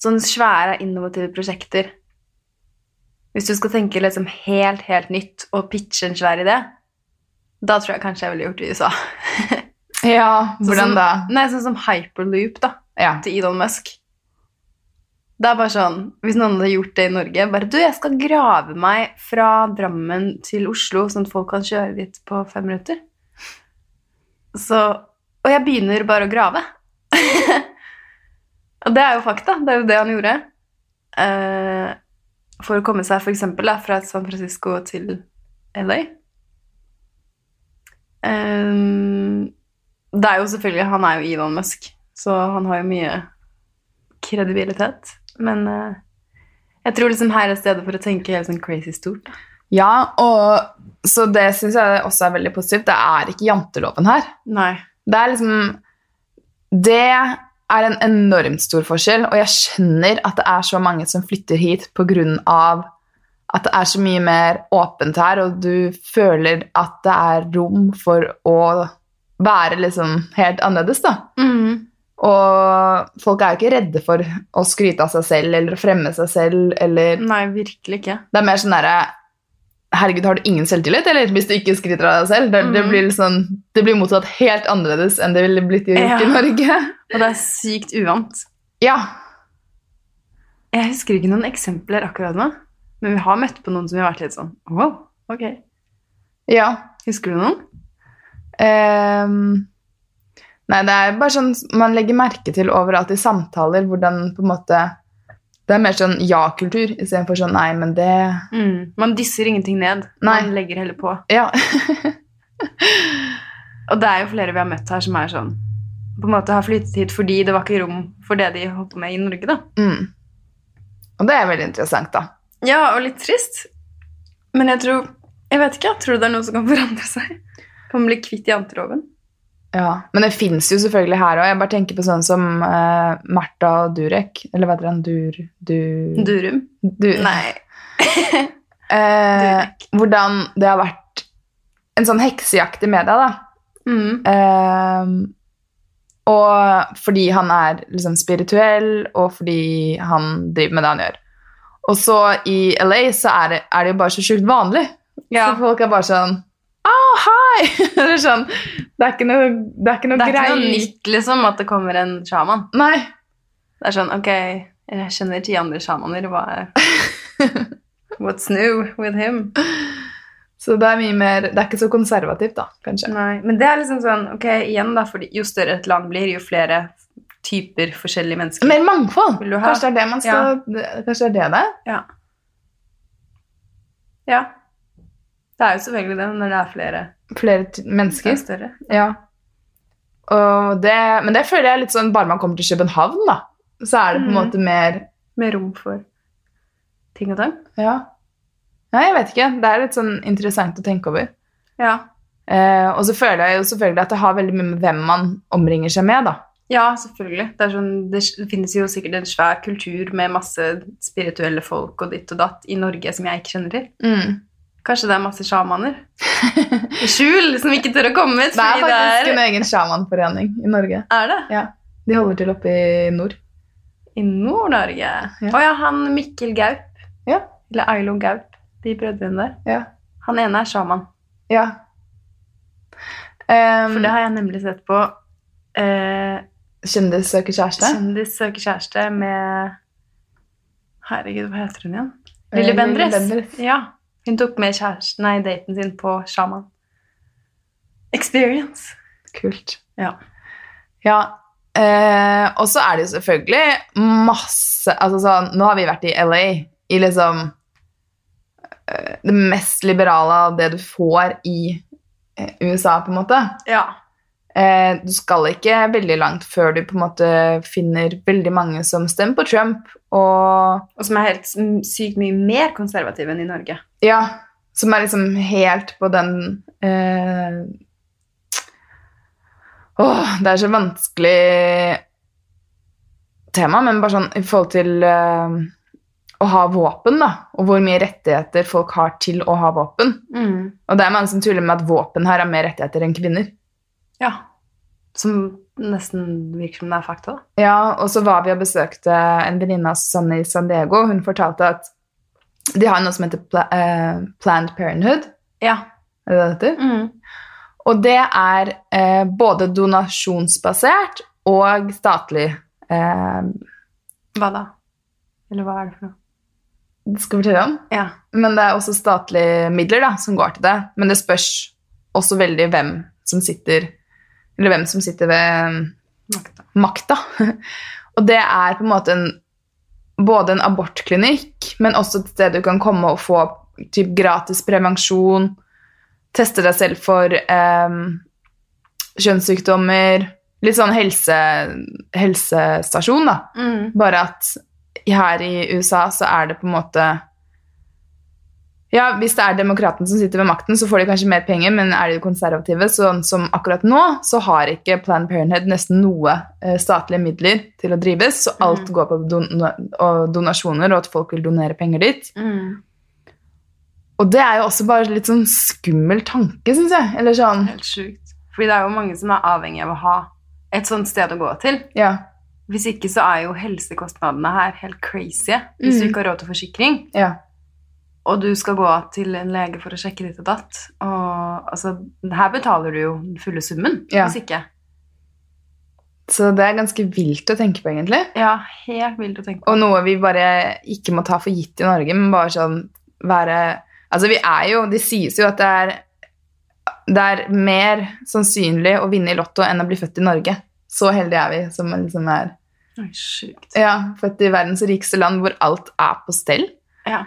[SPEAKER 4] Sånne svære, innovative prosjekter. Hvis du skal tenke liksom helt, helt nytt og pitche en svær idé, da tror jeg kanskje jeg ville gjort det i USA.
[SPEAKER 3] Ja,
[SPEAKER 4] som-
[SPEAKER 3] hvordan da?
[SPEAKER 4] Nei, sånn som hyperloop, da.
[SPEAKER 3] Ja.
[SPEAKER 4] til Elon Musk. Det er bare sånn, Hvis noen hadde gjort det i Norge bare, Du, jeg skal grave meg fra Drammen til Oslo, sånn at folk kan kjøre dit på fem minutter. Så, og jeg begynner bare å grave. og det er jo fakta. Det er jo det han gjorde. Eh, for å komme seg for eksempel, da, fra San Francisco til LA. Eh, det er jo selvfølgelig, Han er jo Elon Musk, så han har jo mye kredibilitet. Men eh, jeg tror liksom her er stedet for å tenke helt sånn crazy stort. da.
[SPEAKER 3] ja, og så det syns jeg også er veldig positivt. Det er ikke janteloven her.
[SPEAKER 4] Nei.
[SPEAKER 3] Det er liksom Det er en enormt stor forskjell, og jeg skjønner at det er så mange som flytter hit pga. at det er så mye mer åpent her, og du føler at det er rom for å være liksom helt annerledes, da.
[SPEAKER 4] Mm-hmm.
[SPEAKER 3] Og folk er jo ikke redde for å skryte av seg selv eller å fremme seg selv eller
[SPEAKER 4] Nei, virkelig ikke.
[SPEAKER 3] Det er mer sånn derre Herregud, har du ingen selvtillit, eller? Hvis du ikke skryter av deg selv. Det, det,
[SPEAKER 4] Mhm.
[SPEAKER 3] blir litt sånn, det blir mottatt helt annerledes enn det ville blitt gjort
[SPEAKER 4] Ja.
[SPEAKER 3] i Norge.
[SPEAKER 4] Og det er sykt uvant.
[SPEAKER 3] Ja.
[SPEAKER 4] Jeg husker ikke noen eksempler akkurat nå, men vi har møtt på noen som har vært litt sånn wow, ok.
[SPEAKER 3] ja.
[SPEAKER 4] Husker du noen?
[SPEAKER 3] Ehm, nei, det er bare sånn man legger merke til overalt i samtaler hvordan på en måte Det er mer sånn ja-kultur istedenfor sånn nei, men det
[SPEAKER 4] Man dysser ingenting ned.
[SPEAKER 3] Nei.
[SPEAKER 4] Man legger heller på.
[SPEAKER 3] Ja.
[SPEAKER 4] Og det er jo flere vi har møtt her som er sånn på en måte har flyttet hit fordi det var ikke rom for det de holdt på med i Norge, da.
[SPEAKER 3] Mm. Og det er veldig interessant, da.
[SPEAKER 4] Ja, og litt trist. Men jeg tror Jeg vet ikke, jeg tror det er noe som kan forandre seg. Kan bli kvitt janteloven.
[SPEAKER 3] Ja, Men det fins jo selvfølgelig her òg. Jeg bare tenker på sånn som uh, Martha og Durek. Eller hva heter han? Dur... Du...
[SPEAKER 4] Durum.
[SPEAKER 3] du
[SPEAKER 4] Nei.
[SPEAKER 3] eh, hvordan det har vært en sånn heksejakt i media, da.
[SPEAKER 4] Mm.
[SPEAKER 3] Ehm, og fordi han er liksom spirituell, og fordi han driver med det han gjør. Og så i LA så er det, er det jo bare så sjukt vanlig.
[SPEAKER 4] Ja.
[SPEAKER 3] Så folk er bare sånn Oh, hi! Eller sånn. Det er ikke noe, det er ikke noe
[SPEAKER 4] Det er ikke
[SPEAKER 3] grei-
[SPEAKER 4] noe nytt liksom, at det kommer en sjaman.
[SPEAKER 3] Nei.
[SPEAKER 4] Det er sånn, ok, jeg kjenner ti andre sjamaner. Hva er... What's new with him?
[SPEAKER 3] Så det er mye mer Det er ikke så konservativt, da, kanskje.
[SPEAKER 4] Nei, men det er liksom sånn, ok, igjen da, fordi jo større et land blir, jo flere typer forskjellige mennesker.
[SPEAKER 3] Mer mangfold!
[SPEAKER 4] Vil du ha-
[SPEAKER 3] Kanskje det er det man skal Kanskje det er det det er?
[SPEAKER 4] Ja. Ja. Det er jo selvfølgelig det når det er flere
[SPEAKER 3] Flere ty-
[SPEAKER 4] det er
[SPEAKER 3] mennesker.
[SPEAKER 4] større.
[SPEAKER 3] Ja. Og det, men det føler jeg er litt sånn bare man kommer til København, da. Så er det på en
[SPEAKER 4] Mhm.
[SPEAKER 3] måte mer
[SPEAKER 4] Med rom for ting og tang.
[SPEAKER 3] Ja. Nei, jeg vet ikke. Det er litt sånn interessant å tenke over.
[SPEAKER 4] Ja.
[SPEAKER 3] Eh, og så føler jeg jo selvfølgelig at det har veldig mye med hvem man omringer seg med, da.
[SPEAKER 4] ja, selvfølgelig. Det, er sånn, det finnes jo sikkert en svær kultur med masse spirituelle folk og ditt og datt i Norge som jeg ikke kjenner til. Kanskje det er masse sjamaner i skjul som ikke tør å komme ut.
[SPEAKER 3] Det er
[SPEAKER 4] fordi
[SPEAKER 3] faktisk
[SPEAKER 4] det
[SPEAKER 3] en egen sjamanforening i Norge.
[SPEAKER 4] er, er det?
[SPEAKER 3] De holder til oppe i nord.
[SPEAKER 4] I Nord-Norge? Å ja. han Mikkel Gaup.
[SPEAKER 3] Ja.
[SPEAKER 4] Eller Ailo Gaup. De brødrene der.
[SPEAKER 3] Ja.
[SPEAKER 4] Han ene er sjaman.
[SPEAKER 3] Ja. Um,
[SPEAKER 4] For det har jeg nemlig sett på eh,
[SPEAKER 3] Kjendis søker kjæreste.
[SPEAKER 4] Kjendis søker kjæreste med Herregud, hva heter hun igjen? Lille
[SPEAKER 3] Eh,
[SPEAKER 4] Bendriss.
[SPEAKER 3] Lille Bendriss.
[SPEAKER 4] Ja. Hun tok med kjæresten, nei, daten sin på sjaman. Experience.
[SPEAKER 3] Kult.
[SPEAKER 4] Ja.
[SPEAKER 3] Ja. Eh, og så er det jo selvfølgelig masse altså sånn, Nå har vi vært i LA, i liksom eh, det mest liberale av det du får i eh, USA, på en måte.
[SPEAKER 4] Ja.
[SPEAKER 3] Eh, du skal ikke veldig langt før du på en måte finner veldig mange som stemmer på Trump, og
[SPEAKER 4] Og som er helt s- sykt mye mer konservativ enn i Norge.
[SPEAKER 3] ja, som er liksom helt på den eh, Åh, det er så vanskelig tema, men bare sånn i forhold til eh, å ha våpen, da, og hvor mye rettigheter folk har til å ha våpen. Og det er mange som tuller med at våpen her har mer rettigheter enn kvinner.
[SPEAKER 4] Ja. Som nesten virker som det er fakta, da.
[SPEAKER 3] Ja, og så var vi og besøkte en venninne av Susanne i San Diego. Hun fortalte at de har noe som heter pla eh, Planned Parenthood.
[SPEAKER 4] Ja.
[SPEAKER 3] Er det det det heter?
[SPEAKER 4] Mm.
[SPEAKER 3] Og det er eh, både donasjonsbasert og statlig. Eh,
[SPEAKER 4] Hva da? Eller hva er det for noe?
[SPEAKER 3] det skal jeg fortelle om.
[SPEAKER 4] Ja.
[SPEAKER 3] Men det er også statlige midler da, som går til det. Men det spørs også veldig hvem som sitter, eller hvem som sitter ved
[SPEAKER 4] Makta.
[SPEAKER 3] makta. Og det er på en måte en, både en abortklinikk, men også et sted du kan komme og få typ, gratis prevensjon, teste deg selv for eh, kjønnssykdommer, litt sånn helse, helsestasjon da. Bare at her i USA så er det på en måte Ja, hvis det er demokraten som sitter ved makten, så får de kanskje mer penger, men er de konservative, sånn som akkurat nå, så har ikke Planned Parenthood nesten noe eh, statlige midler til å drives, så alt
[SPEAKER 4] Mm.
[SPEAKER 3] går på don og donasjoner, og at folk vil donere penger dit. Og det er jo også bare litt sånn skummel tanke, syns jeg. Eller sånn
[SPEAKER 4] Helt sjukt. Fordi det er jo mange som er avhengig av å ha et sånt sted å gå til.
[SPEAKER 3] Ja.
[SPEAKER 4] Hvis ikke så er jo helsekostnadene her helt crazy. Hvis du
[SPEAKER 3] Mm.
[SPEAKER 4] ikke har råd til forsikring,
[SPEAKER 3] Ja.
[SPEAKER 4] og du skal gå til en lege for å sjekke ditt og datt og, altså, Her betaler du jo den fulle summen,
[SPEAKER 3] Ja.
[SPEAKER 4] hvis ikke.
[SPEAKER 3] Så det er ganske vilt å tenke på, egentlig.
[SPEAKER 4] Ja, helt vilt å tenke på.
[SPEAKER 3] Og noe vi bare ikke må ta for gitt i Norge, men bare sånn være Altså, vi er jo Det sies jo at det er, det er mer sannsynlig å vinne i Lotto enn å bli født i Norge. Så heldige er vi som liksom er
[SPEAKER 4] Oi, sjukt.
[SPEAKER 3] ja, født i verdens rikeste land, hvor alt er på stell.
[SPEAKER 4] Ja.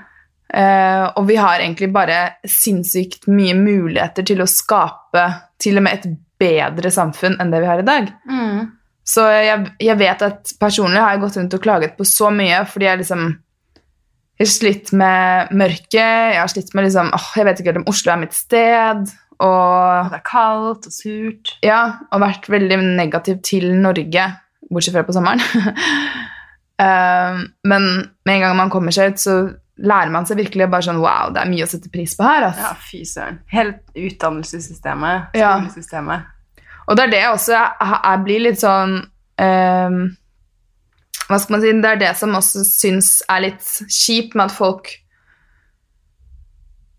[SPEAKER 3] Eh, og vi har egentlig bare sinnssykt mye muligheter til å skape til og med et bedre samfunn enn det vi har i dag.
[SPEAKER 4] Mm.
[SPEAKER 3] Så jeg, jeg vet at personlig har jeg gått rundt og klaget på så mye, fordi jeg liksom jeg har slitt med mørket, jeg har slitt med liksom, åh, jeg vet ikke helt om Oslo er mitt sted,
[SPEAKER 4] Og
[SPEAKER 3] og
[SPEAKER 4] det er kaldt og surt.
[SPEAKER 3] ja, og vært veldig negativ til Norge, bortsett fra på sommeren. Eh, men med en gang man kommer seg ut, så lærer man seg virkelig bare sånn Wow, det er mye å sette pris på her. ass.
[SPEAKER 4] Ja, fy søren. Hele utdannelsessystemet,
[SPEAKER 3] Ja.
[SPEAKER 4] skolesystemet.
[SPEAKER 3] Og det er det jeg også jeg, jeg blir litt sånn ehm, Hva skal man si Det er det som også syns er litt kjipt med at folk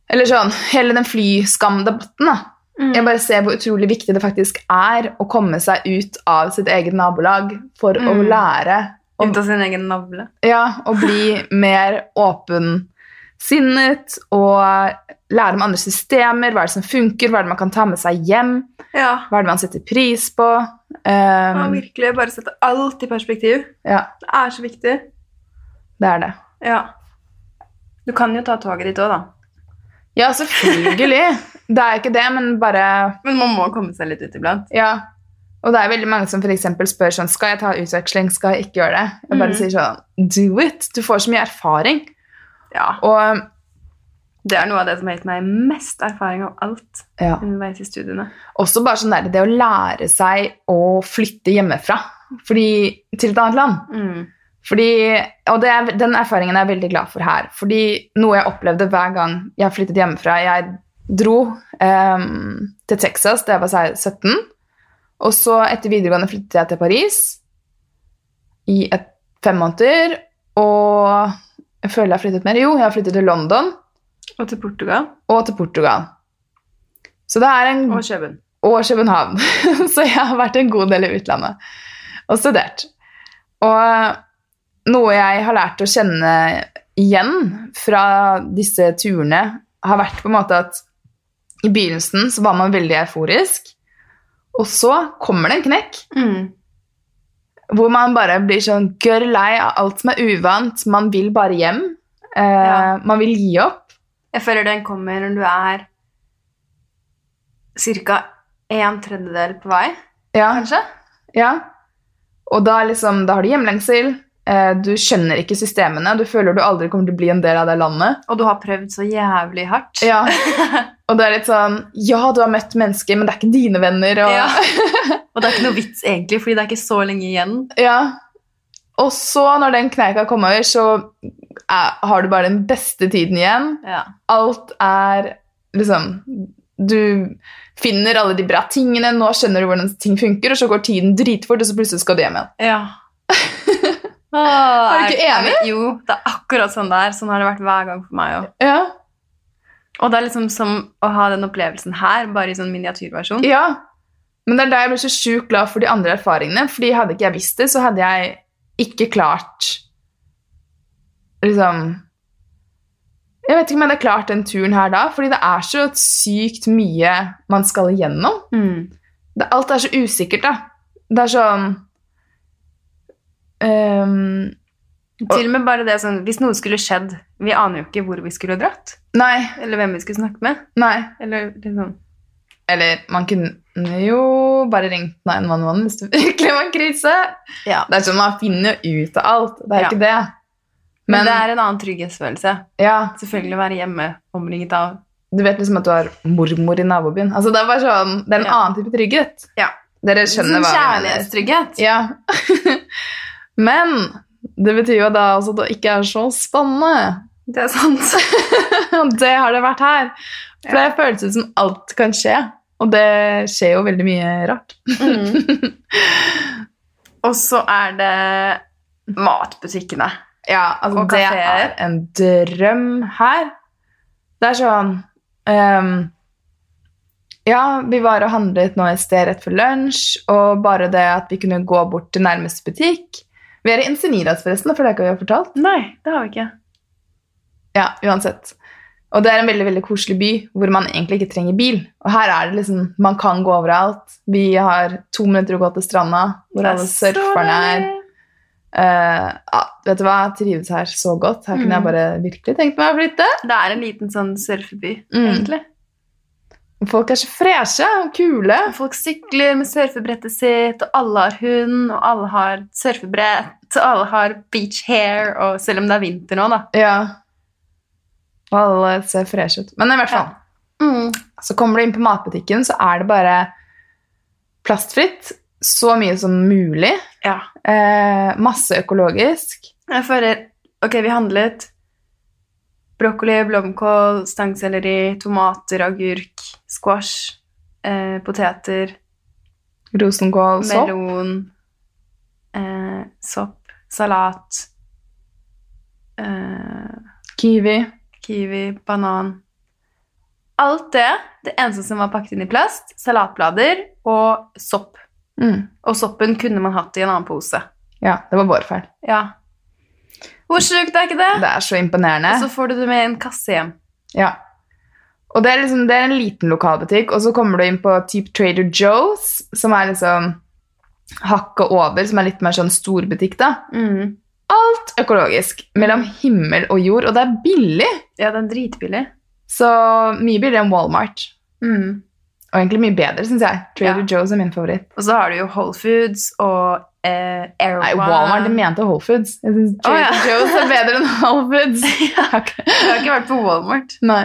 [SPEAKER 3] Eller sånn Hele den flyskamdebatten, da.
[SPEAKER 4] Mm.
[SPEAKER 3] Jeg bare ser hvor utrolig viktig det faktisk er å komme seg ut av sitt eget nabolag for å
[SPEAKER 4] Mm.
[SPEAKER 3] lære og
[SPEAKER 4] Ut av sin egen navle.
[SPEAKER 3] ja, og bli mer åpensinnet og lære om andre systemer. Hva er det som funker, hva er det man kan ta med seg hjem,
[SPEAKER 4] Ja.
[SPEAKER 3] hva er det man setter pris på.
[SPEAKER 4] Ja,
[SPEAKER 3] Um,
[SPEAKER 4] virkelig. Bare sette alt i perspektiv.
[SPEAKER 3] ja,
[SPEAKER 4] Det er så viktig.
[SPEAKER 3] det er det.
[SPEAKER 4] Ja. Du kan jo ta toget ditt òg, da.
[SPEAKER 3] Ja, selvfølgelig. Det er ikke det, men bare
[SPEAKER 4] Men man må komme seg litt ut iblant.
[SPEAKER 3] Ja. Og det er veldig mange som for eksempel spør sånn Skal jeg ta utveksling, skal jeg ikke gjøre det? Jeg bare
[SPEAKER 4] Mhm.
[SPEAKER 3] sier sånn Do it! Du får så mye erfaring.
[SPEAKER 4] Ja.
[SPEAKER 3] Og
[SPEAKER 4] Det er noe av det som har gitt meg mest erfaring av alt
[SPEAKER 3] ja.
[SPEAKER 4] underveis i studiene.
[SPEAKER 3] Også bare sånn der, det å lære seg å flytte hjemmefra fordi, til et annet land.
[SPEAKER 4] Mm.
[SPEAKER 3] Fordi, og det er, den erfaringen er jeg veldig glad for her. Fordi noe jeg opplevde hver gang jeg flyttet hjemmefra Jeg dro ehm, til Texas da jeg var se- 17. Og så etter videregående flyttet jeg til Paris i et, fem måneder. Og jeg føler jeg har flyttet mer. Jo, jeg har flyttet til London
[SPEAKER 4] Og til Portugal
[SPEAKER 3] og til Portugal. Så det er en
[SPEAKER 4] og Kjøben.
[SPEAKER 3] og København. Så jeg har vært en god del i utlandet og studert. Og noe jeg har lært å kjenne igjen fra disse turene, har vært på en måte at i begynnelsen så var man veldig euforisk, og så kommer det en knekk
[SPEAKER 4] Mm.
[SPEAKER 3] hvor man bare blir sånn gørr lei av alt som er uvant, man vil bare hjem, eh,
[SPEAKER 4] Ja.
[SPEAKER 3] man vil gi opp.
[SPEAKER 4] Jeg føler den kommer når du er ca. en tredjedel på vei,
[SPEAKER 3] Ja.
[SPEAKER 4] kanskje.
[SPEAKER 3] Ja. Og da, liksom, da har du hjemlengsel, eh, du skjønner ikke systemene, du føler du aldri kommer til å bli en del av det landet.
[SPEAKER 4] Og du har prøvd så jævlig hardt.
[SPEAKER 3] Ja. Og det er litt sånn Ja, du har møtt mennesker, men det er ikke dine venner. Og,
[SPEAKER 4] Ja. Og det er ikke noe vits, egentlig, fordi det er ikke så lenge igjen.
[SPEAKER 3] Ja. og så, når den kneika kom over, så er, har du bare den beste tiden igjen.
[SPEAKER 4] Ja.
[SPEAKER 3] Alt er liksom Du finner alle de bra tingene, nå skjønner du hvordan ting funker, og så går tiden dritfort, og så plutselig skal du hjem igjen.
[SPEAKER 4] Ja. Åh,
[SPEAKER 3] du
[SPEAKER 4] Ah, er-
[SPEAKER 3] ikke
[SPEAKER 4] er vi- Jo, det er akkurat sånn det er. Sånn har det vært hver gang for meg òg.
[SPEAKER 3] Ja.
[SPEAKER 4] Og det er liksom som å ha den opplevelsen her, bare i sånn miniatyrversjon.
[SPEAKER 3] Ja, men det er der jeg ble så sjukt glad for de andre erfaringene. fordi hadde ikke jeg visst det, så hadde jeg ikke klart Liksom Jeg vet ikke om jeg hadde klart den turen her da, fordi det er så sykt mye man skal igjennom.
[SPEAKER 4] Mm.
[SPEAKER 3] Det, alt er så usikkert, da. Det er sånn ehm,
[SPEAKER 4] Til og med bare det sånn Hvis noe skulle skjedd Vi aner jo ikke hvor vi skulle dratt,
[SPEAKER 3] Nei,
[SPEAKER 4] eller hvem vi skulle snakke med.
[SPEAKER 3] nei.
[SPEAKER 4] Eller liksom
[SPEAKER 3] Eller man kunne jo bare ringt 911 hvis det virkelig var en krise.
[SPEAKER 4] Ja.
[SPEAKER 3] Det er sånn, Man finner jo ut av alt. Det er jo
[SPEAKER 4] Ja.
[SPEAKER 3] ikke det.
[SPEAKER 4] Men,
[SPEAKER 3] Men,
[SPEAKER 4] det er en annen trygghetsfølelse.
[SPEAKER 3] ja,
[SPEAKER 4] Selvfølgelig å være hjemme omringet av
[SPEAKER 3] du vet liksom at du har mormor i nabobyen. Altså, Det er bare sånn, det er en
[SPEAKER 4] Ja.
[SPEAKER 3] annen type trygghet.
[SPEAKER 4] Ja. Sånn
[SPEAKER 3] Dere skjønner hva jeg mener.
[SPEAKER 4] Liksom kjærlighetstrygghet.
[SPEAKER 3] Ja. Men det betyr jo da også at det ikke er så spennende.
[SPEAKER 4] Det er sant.
[SPEAKER 3] Og det har det vært her. For det føles ut som alt kan skje. Og det skjer jo veldig mye rart.
[SPEAKER 4] Og så er det matbutikkene.
[SPEAKER 3] Ja, altså
[SPEAKER 4] Og
[SPEAKER 3] det
[SPEAKER 4] kaféer.
[SPEAKER 3] er en drøm her. Det er sånn ehm, Ja, vi var og handlet nå et sted rett før lunsj, og bare det at vi kunne gå bort til nærmeste butikk Vi er i Encinidas, forresten, for det har ikke vi har fortalt.
[SPEAKER 4] Nei, det har vi ikke.
[SPEAKER 3] Ja, uansett. Og det er en veldig veldig koselig by hvor man egentlig ikke trenger bil. Og her er det liksom, Man kan gå overalt. Vi har to minutter å gå til stranda, hvor
[SPEAKER 4] Det er
[SPEAKER 3] alle
[SPEAKER 4] så
[SPEAKER 3] surferne er.
[SPEAKER 4] deilig.
[SPEAKER 3] Eh, ja, vet du hva, jeg trives her så godt. Her kunne jeg
[SPEAKER 4] Mm.
[SPEAKER 3] bare virkelig tenkt meg å flytte.
[SPEAKER 4] Det er en liten sånn surfeby,
[SPEAKER 3] Mm.
[SPEAKER 4] egentlig.
[SPEAKER 3] Folk er så freshe og kule.
[SPEAKER 4] Folk sykler med surfebrettet sitt, og alle har hund, og alle har surfebrett, og alle har beach hair, og selv om det er vinter nå, da.
[SPEAKER 3] Ja. Og alle ser freshe ut. Men i hvert fall,
[SPEAKER 4] Mm.
[SPEAKER 3] så kommer du inn på matbutikken, så er det bare plastfritt. Så mye som mulig.
[SPEAKER 4] Ja.
[SPEAKER 3] Eh, masse økologisk.
[SPEAKER 4] Jeg føler Ok, vi handlet brokkoli, blomkål, stangselleri, tomater, agurk, squash, eh, poteter,
[SPEAKER 3] Rosenkål, sopp.
[SPEAKER 4] melon, eh, sopp, salat, eh,
[SPEAKER 3] Kiwi.
[SPEAKER 4] kiwi, banan. Alt det, det eneste som var pakket inn i plast, salatblader og sopp.
[SPEAKER 3] Mm.
[SPEAKER 4] Og soppen kunne man hatt i en annen pose.
[SPEAKER 3] Ja, det var vår feil.
[SPEAKER 4] Ja. Hvor sjukt er ikke det?
[SPEAKER 3] Det er så imponerende.
[SPEAKER 4] Og så får du det med i en kasse hjem.
[SPEAKER 3] Ja. Og det er, liksom, det er en liten lokalbutikk, og så kommer du inn på typ Trader Joe's, som er liksom hakket over, som er litt mer sånn storbutikk, da.
[SPEAKER 4] Mm.
[SPEAKER 3] Alt økologisk, mellom himmel og jord, og det er billig.
[SPEAKER 4] Ja, det er dritbillig.
[SPEAKER 3] Så mye billigere enn Walmart.
[SPEAKER 4] Mm.
[SPEAKER 3] Og egentlig mye bedre, syns jeg. Trader Joe's er min favoritt.
[SPEAKER 4] Og så har du jo Whole Foods og eh, Air
[SPEAKER 3] Nei, Walmart de mente Whole Foods. Jeg synes
[SPEAKER 4] Å,
[SPEAKER 3] Trader
[SPEAKER 4] ja.
[SPEAKER 3] Joe's er bedre enn Whole Foods.
[SPEAKER 4] ja, jeg har ikke vært på Walmart.
[SPEAKER 3] Nei.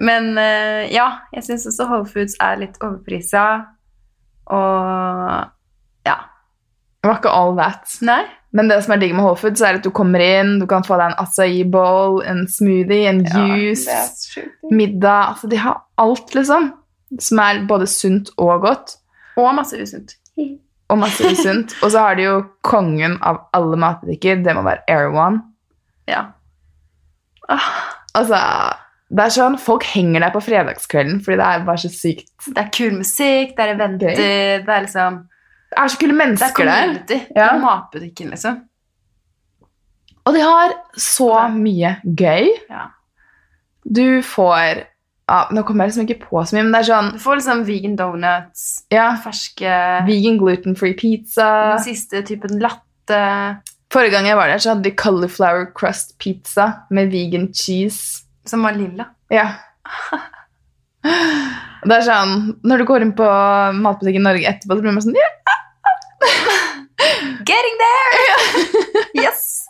[SPEAKER 4] Men eh, ja, jeg syns også Whole Foods er litt overprisa. Og ja.
[SPEAKER 3] Det var ikke all that.
[SPEAKER 4] Nei.
[SPEAKER 3] Men det som er digg med Whole Foods, er at du kommer inn, du kan få deg en acai bowl, en smoothie, en juice, middag Altså, de har alt, liksom. Som er både sunt og godt.
[SPEAKER 4] Og masse usunt.
[SPEAKER 3] Og masse usunt. og så har de jo kongen av alle matbutikker. Det må være Air One.
[SPEAKER 4] Ja. Ah,
[SPEAKER 3] Altså, det er sånn, Folk henger der på fredagskvelden fordi det er bare så sykt
[SPEAKER 4] det er kul musikk, det er eventer, det er liksom
[SPEAKER 3] Det er så kule
[SPEAKER 4] Det er
[SPEAKER 3] mennesker der.
[SPEAKER 4] community. Det
[SPEAKER 3] Ja.
[SPEAKER 4] er matbutikken, liksom.
[SPEAKER 3] Og de har så mye gøy.
[SPEAKER 4] Ja.
[SPEAKER 3] Du får ja, Nå kommer jeg liksom ikke på så mye, men det er sånn
[SPEAKER 4] Du får liksom vegan donuts,
[SPEAKER 3] ja,
[SPEAKER 4] ferske
[SPEAKER 3] Vegan gluten-free pizza.
[SPEAKER 4] Den siste typen latte
[SPEAKER 3] Forrige gang jeg var der, så hadde de cauliflower crust pizza med vegan cheese.
[SPEAKER 4] som var lilla.
[SPEAKER 3] Ja. Det er sånn, Når du går inn på matbutikken Norge etterpå, så blir man sånn ja,
[SPEAKER 4] Getting there! Yes!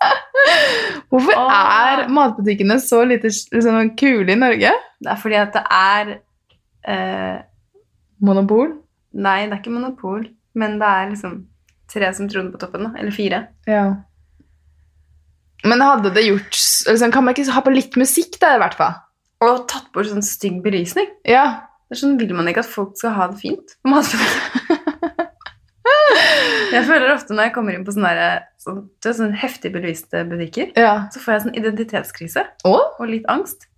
[SPEAKER 3] Hvorfor
[SPEAKER 4] Åh.
[SPEAKER 3] er matbutikkene så lite liksom, kule i Norge?
[SPEAKER 4] Det er fordi at det er eh,
[SPEAKER 3] Monopol.
[SPEAKER 4] Nei, det er ikke monopol, men det er liksom tre som troner på toppen, da. Eller fire.
[SPEAKER 3] Ja. Men hadde det gjort liksom, Kan man ikke ha på litt musikk der, i hvert fall?
[SPEAKER 4] Og tatt bort sånn stygg belysning.
[SPEAKER 3] Ja.
[SPEAKER 4] Det er sånn vil man ikke at folk skal ha det fint på matbutikken. Jeg føler ofte når jeg kommer inn på sånne, der, sånn, det er sånne heftig belyste butikker,
[SPEAKER 3] ja.
[SPEAKER 4] så får jeg sånn identitetskrise
[SPEAKER 3] Å?
[SPEAKER 4] og litt angst.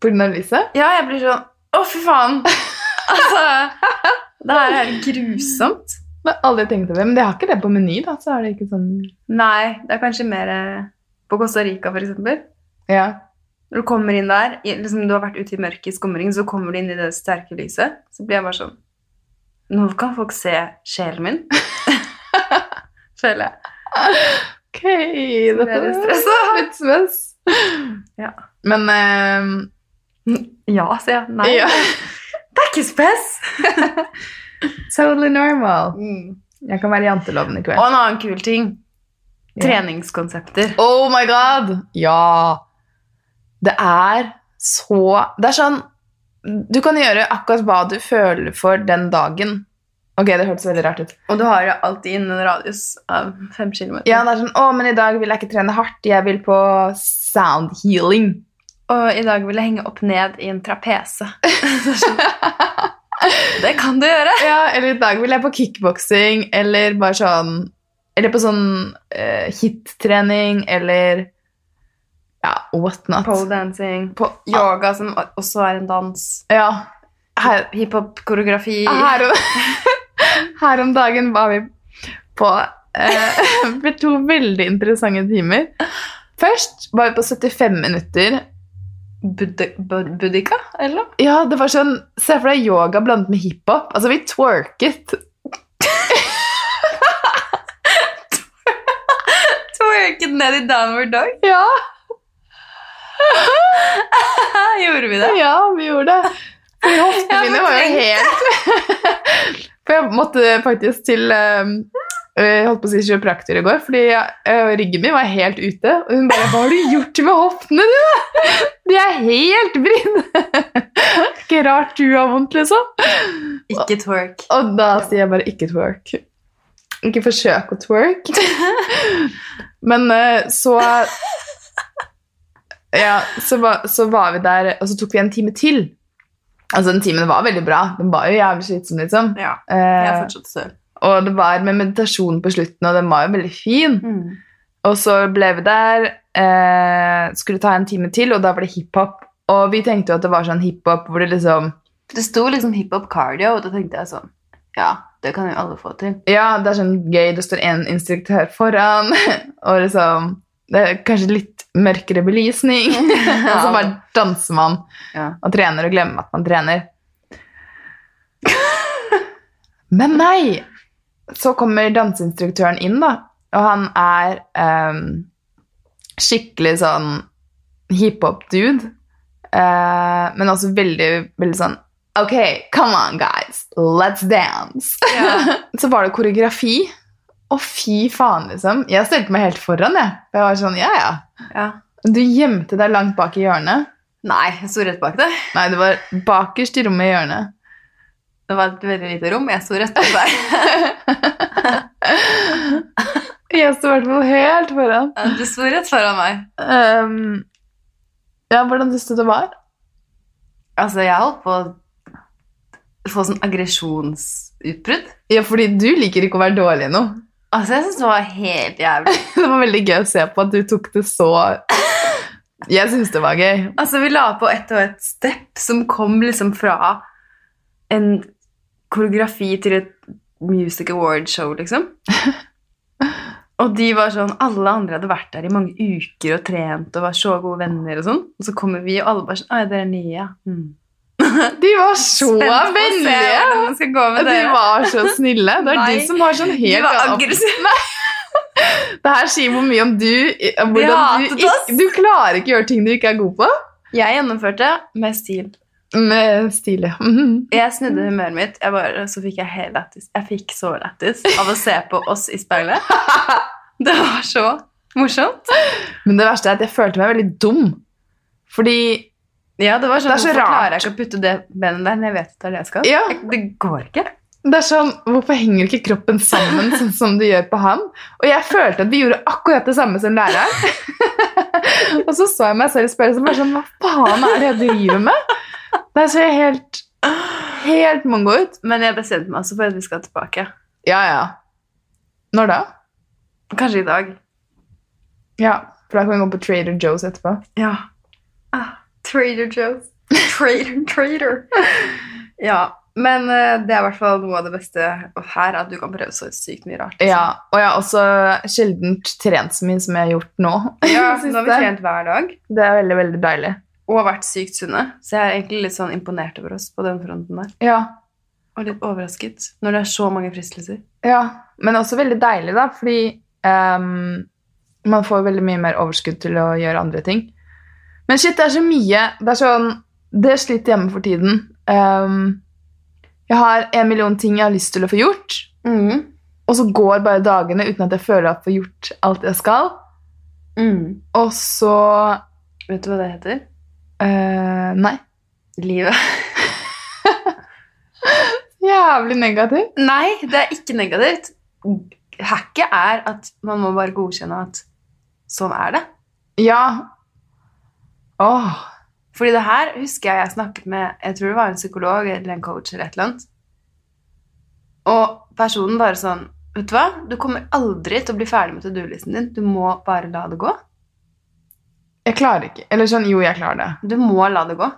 [SPEAKER 3] På grunn av lyset?
[SPEAKER 4] Ja, jeg blir sånn Å, fy faen! altså Det her er grusomt.
[SPEAKER 3] Det har jeg Aldri tenkt over, men de har ikke det på Meny, da. Så er det ikke sånn
[SPEAKER 4] Nei, det er kanskje mer eh, på Costa Rica, for eksempel.
[SPEAKER 3] Ja.
[SPEAKER 4] Når du kommer inn der, i- liksom du har vært ute i mørket i skumring, så kommer du inn i det sterke lyset. Så blir jeg bare sånn Nå kan folk se sjelen min. Føler jeg.
[SPEAKER 3] Ok,
[SPEAKER 4] Så
[SPEAKER 3] dette
[SPEAKER 4] blir jeg
[SPEAKER 3] var-
[SPEAKER 4] stressa.
[SPEAKER 3] Litt stress.
[SPEAKER 4] Ja.
[SPEAKER 3] Men eh,
[SPEAKER 4] Ja, sier jeg. Nei.
[SPEAKER 3] ja.
[SPEAKER 4] Det er ikke spes!
[SPEAKER 3] Totally normal.
[SPEAKER 4] Mm.
[SPEAKER 3] Jeg kan være janteloven i
[SPEAKER 4] Og
[SPEAKER 3] kveld.
[SPEAKER 4] en annen kul ting.
[SPEAKER 3] Ja.
[SPEAKER 4] Treningskonsepter.
[SPEAKER 3] Oh my god! Ja. Det er så Det er sånn Du kan gjøre akkurat hva du føler for den dagen. Ok, det hørtes veldig rart ut.
[SPEAKER 4] Og du har jo alltid innen en radius av fem kilometer.
[SPEAKER 3] Ja, det er sånn Å, men i dag vil jeg ikke trene hardt. Jeg vil på sound healing.
[SPEAKER 4] Og i dag vil jeg henge opp ned i en trapese. det kan du gjøre!
[SPEAKER 3] Ja, eller i dag vil jeg på kickboksing, eller bare sånn Eller på sånn uh, hit-trening, eller Ja, what not.
[SPEAKER 4] Pole dancing,
[SPEAKER 3] På, ja.
[SPEAKER 4] yoga som også er en dans,
[SPEAKER 3] ja. Her,
[SPEAKER 4] hiphop-koreografi
[SPEAKER 3] her, om, her om dagen var vi på eh, med to veldig interessante timer. Først var vi på 75 minutter.
[SPEAKER 4] Bud- bud- Buddhika, eller?
[SPEAKER 3] Ja, det var sånn Se for deg yoga blandet med hiphop. Altså, vi twerket.
[SPEAKER 4] Twerket ned i downward dog.
[SPEAKER 3] Ja,
[SPEAKER 4] Gjorde vi det?
[SPEAKER 3] ja vi gjorde det. For hoftene
[SPEAKER 4] Jeg
[SPEAKER 3] mine var jo
[SPEAKER 4] fortrengte.
[SPEAKER 3] helt For jeg måtte faktisk til um, jeg holdt på å si kiropraktor i går, fordi jeg, eh, ryggen min var helt ute. Og hun bare 'Hva har du gjort med hoftene dine?' De er helt vridd! Ikke rart du har vondt, liksom.
[SPEAKER 4] Ikke twerk.
[SPEAKER 3] Og da sier jeg bare 'ikke twerk'. Ikke forsøk å twerk. Men eh, så ja, så, var, så var vi der, og så tok vi en time til. Altså, den timen var veldig bra. Den var jo jævlig slitsom, liksom.
[SPEAKER 4] Ja, jeg
[SPEAKER 3] Eh,
[SPEAKER 4] fortsatte selv.
[SPEAKER 3] og det var med meditasjon på slutten, og den var jo veldig fin.
[SPEAKER 4] Mm.
[SPEAKER 3] Og så ble vi der, eh, skulle ta en time til, og da var det hiphop. Og vi tenkte jo at det var sånn hiphop hvor det liksom
[SPEAKER 4] Det sto liksom hiphop cardio, og da tenkte jeg sånn Ja, det kan jo alle få til.
[SPEAKER 3] Ja, det er sånn gøy, det står en instruktør foran, og liksom det er Kanskje litt mørkere belysning. og så bare danser man
[SPEAKER 4] Ja.
[SPEAKER 3] og trener og glemmer at man trener. Men nei! Så kommer danseinstruktøren inn, da, og han er ehm, skikkelig sånn hiphop-dude. eh, men også veldig, veldig sånn Ok, come on, guys. Let's dance.
[SPEAKER 4] Ja.
[SPEAKER 3] Så var det koreografi. Å, fy faen, liksom. Jeg stelte meg helt foran, jeg. For Jeg var sånn, ja, ja.
[SPEAKER 4] ja.
[SPEAKER 3] Du gjemte deg langt bak i hjørnet.
[SPEAKER 4] Nei, jeg sto rett bak deg.
[SPEAKER 3] Nei, det var bakerst i rommet i hjørnet.
[SPEAKER 4] Det var et veldig lite rom. Jeg sto rett bak deg.
[SPEAKER 3] Jeg sto i hvert fall helt foran.
[SPEAKER 4] Ja, Du sto rett foran meg.
[SPEAKER 3] Ehm, ja, hvordan syns du det var?
[SPEAKER 4] Altså, jeg holdt på å få sånn aggresjonsutbrudd.
[SPEAKER 3] Ja, fordi du liker ikke å være dårlig i noe.
[SPEAKER 4] Altså, jeg syns det var helt jævlig.
[SPEAKER 3] Det var veldig gøy å se på at du tok det så Jeg syns det var gøy.
[SPEAKER 4] Altså, vi la på ett og ett step som kom liksom fra en koreografi til et Music Award-show, liksom. Og de var sånn, alle andre hadde vært der i mange uker og trent og var så gode venner og sånn. Og så kommer vi, og alle bare sånn, «Å, dere er nye, ja. Mm.
[SPEAKER 3] De var så
[SPEAKER 4] Spent på å se
[SPEAKER 3] vennlige!
[SPEAKER 4] hvordan det skal gå med
[SPEAKER 3] De
[SPEAKER 4] dere.
[SPEAKER 3] var så snille. Det er
[SPEAKER 4] Nei,
[SPEAKER 3] de som har sånn
[SPEAKER 4] De
[SPEAKER 3] helt
[SPEAKER 4] var
[SPEAKER 3] annen opp-
[SPEAKER 4] aggressive.
[SPEAKER 3] Det her sier hvor mye om du om hvordan
[SPEAKER 4] hatet
[SPEAKER 3] du,
[SPEAKER 4] oss.
[SPEAKER 3] ikke, du klarer ikke å gjøre ting du ikke er god på.
[SPEAKER 4] Jeg gjennomførte med stil.
[SPEAKER 3] Med stil, ja. Mhm.
[SPEAKER 4] Jeg snudde humøret mitt, jeg bare, så fikk jeg helt lættis. Jeg fikk så lættis av å se på oss i speilet. Det var så morsomt.
[SPEAKER 3] Men det verste er at jeg følte meg veldig dum. Fordi
[SPEAKER 4] Ja, det var sånn,
[SPEAKER 3] Det er så
[SPEAKER 4] hvorfor
[SPEAKER 3] rart.
[SPEAKER 4] klarer jeg ikke å putte det benet der når jeg vet at det er det jeg skal?
[SPEAKER 3] Ja.
[SPEAKER 4] Jeg- Det går ikke.
[SPEAKER 3] det er sånn, Hvorfor henger ikke kroppen sammen sånn som du gjør på han? Og jeg følte at vi gjorde akkurat det samme som læreren. og så så jeg meg selv i speilet og bare sånn Hva faen er det jeg driver med? Der ser jeg helt, helt mongo ut.
[SPEAKER 4] Men jeg bestemte meg også for at vi skal tilbake.
[SPEAKER 3] Ja, ja. Når da?
[SPEAKER 4] Kanskje i dag.
[SPEAKER 3] Ja, for da kan vi gå på Trader Joe's etterpå.
[SPEAKER 4] Ja. Ah, Trader Joe's. Trader, trader. ja, men eh, det er i hvert fall noe av det beste her, at du kan prøve så sykt mye rart. liksom.
[SPEAKER 3] Ja, og jeg har også sjelden trent så mye som jeg har gjort nå.
[SPEAKER 4] ja
[SPEAKER 3] Siste.
[SPEAKER 4] nå har vi trent hver dag,
[SPEAKER 3] Det er veldig, veldig deilig.
[SPEAKER 4] og vært sykt sunne. Så jeg er egentlig litt sånn imponert over oss på den fronten der.
[SPEAKER 3] Ja,
[SPEAKER 4] Og litt overrasket, når det er så mange fristelser.
[SPEAKER 3] ja. Men også veldig deilig, da, fordi ehm, man får veldig mye mer overskudd til å gjøre andre ting. Men shit, det er så mye Det er sånn Det sliter hjemme for tiden. Ehm, jeg har en million ting jeg har lyst til å få gjort,
[SPEAKER 4] Mm.
[SPEAKER 3] og så går bare dagene uten at jeg føler at jeg får gjort alt jeg skal.
[SPEAKER 4] Mm.
[SPEAKER 3] Og så
[SPEAKER 4] Vet du hva det heter?
[SPEAKER 3] eh, Nei.
[SPEAKER 4] Livet.
[SPEAKER 3] Jævlig negativ.
[SPEAKER 4] Nei, det er ikke negativt. Hacket er at man må bare godkjenne at sånn er det.
[SPEAKER 3] Ja. Åh.
[SPEAKER 4] Fordi det her husker jeg jeg snakket med Jeg tror det var en psykolog eller en coach eller et eller annet. Og personen bare sånn Vet du hva? Du kommer aldri til å bli ferdig med to do-listen din. Du må bare la det gå.
[SPEAKER 3] Jeg klarer ikke. Eller sånn, jo, jeg klarer det.
[SPEAKER 4] Du må la det gå.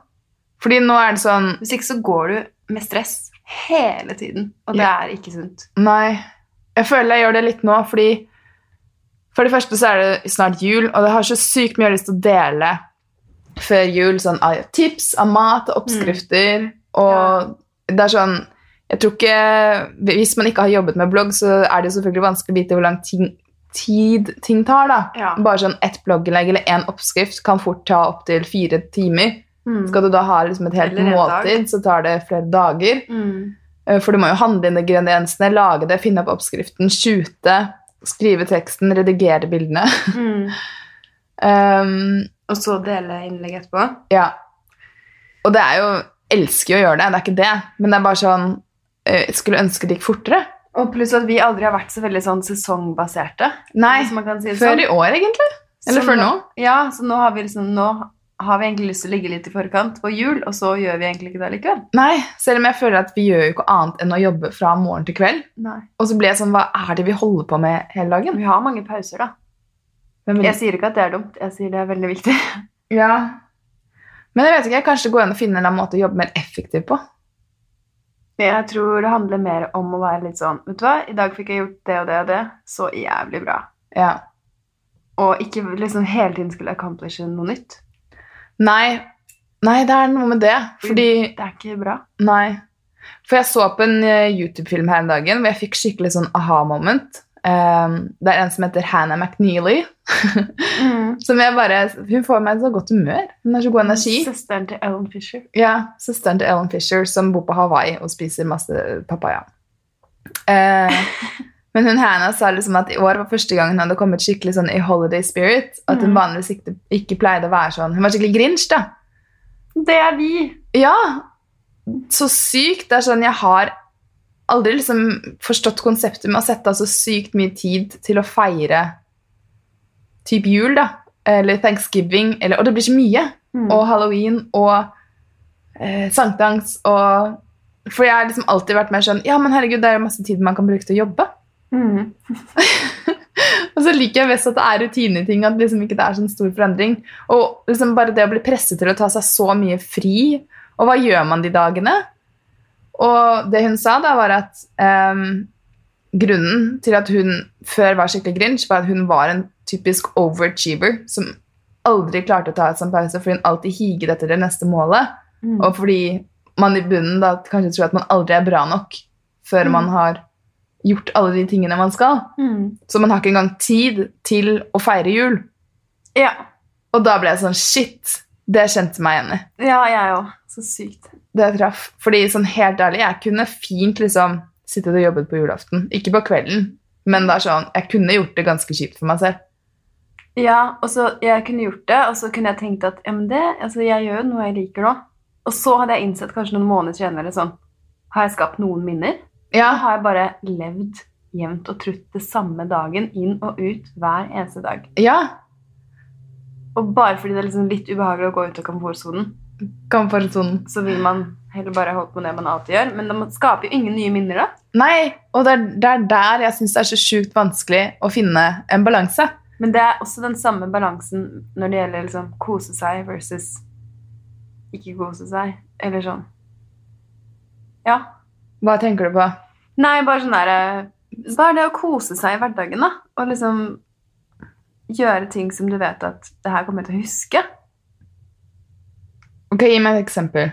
[SPEAKER 3] Fordi nå er det sånn
[SPEAKER 4] Hvis ikke så går du med stress hele tiden, og det
[SPEAKER 3] Ja.
[SPEAKER 4] er ikke sunt.
[SPEAKER 3] Nei. Jeg føler jeg gjør det litt nå, fordi For det første så er det snart jul, og jeg har så sykt mye jeg har lyst til å dele før jul. Sånn av tips av mat
[SPEAKER 4] Mm.
[SPEAKER 3] og oppskrifter. Og det er sånn Jeg tror ikke Hvis man ikke har jobbet med blogg, så er det jo selvfølgelig vanskelig å vite hvor lang ting, tid ting tar, da.
[SPEAKER 4] Ja.
[SPEAKER 3] Bare sånn ett blogginnlegg eller én oppskrift kan fort ta opptil fire timer. Skal du da ha liksom et helt
[SPEAKER 4] Eller en dag.
[SPEAKER 3] måltid, så tar det flere dager.
[SPEAKER 4] Mm.
[SPEAKER 3] Eh, For du må jo handle inn ingrediensene, lage det, finne opp oppskriften, shoote, skrive teksten, redigere bildene.
[SPEAKER 4] Mm.
[SPEAKER 3] Um,
[SPEAKER 4] Og så dele innlegg etterpå.
[SPEAKER 3] ja. Og det er jo Elsker jo å gjøre det, det er ikke det. Men det er bare sånn eh, Jeg skulle ønske det gikk fortere.
[SPEAKER 4] Og pluss at vi aldri har vært så veldig sånn sesongbaserte.
[SPEAKER 3] Nei.
[SPEAKER 4] hvis man kan si det
[SPEAKER 3] Før
[SPEAKER 4] sånn.
[SPEAKER 3] i år, egentlig. Eller
[SPEAKER 4] Så
[SPEAKER 3] før nå?
[SPEAKER 4] Ja, så nå har vi liksom Nå har vi egentlig lyst til å ligge litt i forkant på jul, og så gjør vi egentlig ikke det likevel.
[SPEAKER 3] Nei, selv om jeg føler at vi gjør jo ikke annet enn å jobbe fra morgen til kveld.
[SPEAKER 4] Nei.
[SPEAKER 3] Og så blir jeg sånn, hva er det vi holder på med hele dagen?
[SPEAKER 4] Vi har mange pauser, da.
[SPEAKER 3] Hvem vil-
[SPEAKER 4] Jeg sier ikke at det er dumt, jeg sier det er veldig viktig.
[SPEAKER 3] Ja. Men jeg vet ikke, jeg kanskje går an å finne en eller annen måte å jobbe mer effektivt på.
[SPEAKER 4] Men jeg tror det handler mer om å være litt sånn Vet du hva, i dag fikk jeg gjort det og det og det. Så jævlig bra.
[SPEAKER 3] Ja.
[SPEAKER 4] Og ikke liksom hele tiden skulle accomplishe noe nytt.
[SPEAKER 3] Nei, nei, det er noe med det. Fordi
[SPEAKER 4] Det er ikke bra.
[SPEAKER 3] Nei. For jeg så på en eh, YouTube-film her en dagen hvor jeg fikk skikkelig sånn aha-moment. Um, det er en som heter Hannah McNeely. som jeg bare, hun får meg i så godt humør. Hun har så Mm. god energi.
[SPEAKER 4] Søsteren til Ellen Fisher.
[SPEAKER 3] Ja, Søsteren til Ellen Fisher som bor på Hawaii og spiser masse papaya. Eh, men hun Hannah sa liksom at i år var første gang hun hadde kommet skikkelig sånn i holiday spirit. At hun
[SPEAKER 4] Mm.
[SPEAKER 3] vanligvis ikke, ikke pleide å være sånn. Hun var skikkelig grinch, da.
[SPEAKER 4] Det er vi!
[SPEAKER 3] Ja, så sykt. Det er sånn, jeg har aldri liksom forstått konseptet med å sette av så sykt mye tid til å feire typ jul, da. Eller Thanksgiving. Eller, og det blir så mye.
[SPEAKER 4] Mm.
[SPEAKER 3] Og halloween og eh, sankthans og For jeg har liksom alltid vært mer sånn Ja, men herregud, det er jo masse tid man kan bruke til å jobbe.
[SPEAKER 4] Mm.
[SPEAKER 3] Og så liker jeg best at det er rutineting, at liksom ikke det er sånn stor forandring. Og liksom bare det å bli presset til å ta seg så mye fri, og hva gjør man de dagene? Og det hun sa da, var at ehm, grunnen til at hun før var skikkelig grinch, var at hun var en typisk overachiever, som aldri klarte å ta et sånn pause, fordi hun alltid higet etter det neste målet.
[SPEAKER 4] Mm.
[SPEAKER 3] Og fordi man i bunnen da kanskje tror at man aldri er bra nok før
[SPEAKER 4] Mm.
[SPEAKER 3] man har gjort alle de tingene man skal.
[SPEAKER 4] Mm.
[SPEAKER 3] Så man har ikke engang tid til å feire jul.
[SPEAKER 4] Ja.
[SPEAKER 3] Og da ble jeg sånn Shit! Det kjente meg igjen i.
[SPEAKER 4] ja, jeg òg. Så sykt.
[SPEAKER 3] Det traff. Fordi sånn helt ærlig, jeg kunne fint liksom sittet og jobbet på julaften. Ikke på kvelden, men det er sånn, jeg kunne gjort det ganske kjipt for meg selv.
[SPEAKER 4] Ja, og så jeg kunne gjort det, og så kunne jeg tenkt at ja, men det, altså, jeg gjør jo noe jeg liker nå. Og så hadde jeg innsett kanskje noen måneder senere sånn Har jeg skapt noen minner?
[SPEAKER 3] Ja,
[SPEAKER 4] Da har jeg bare levd jevnt og trutt det samme dagen inn og ut hver eneste dag.
[SPEAKER 3] ja.
[SPEAKER 4] Og bare fordi det er liksom litt ubehagelig å gå ut av komfortsonen,
[SPEAKER 3] Kan få en sånn
[SPEAKER 4] så vil man heller bare holde på med det man alltid gjør. Men man skaper jo ingen nye minner, da.
[SPEAKER 3] Nei! Og det er, det er der jeg syns det er så sjukt vanskelig å finne en balanse.
[SPEAKER 4] Men det er også den samme balansen når det gjelder liksom kose seg versus ikke kose seg. Eller sånn. Ja.
[SPEAKER 3] Hva tenker du på?
[SPEAKER 4] Nei, bare sånn derre Bare det å kose seg i hverdagen, da. Og liksom gjøre ting som du vet at det her kommer jeg til å huske.
[SPEAKER 3] Ok, Gi meg et eksempel.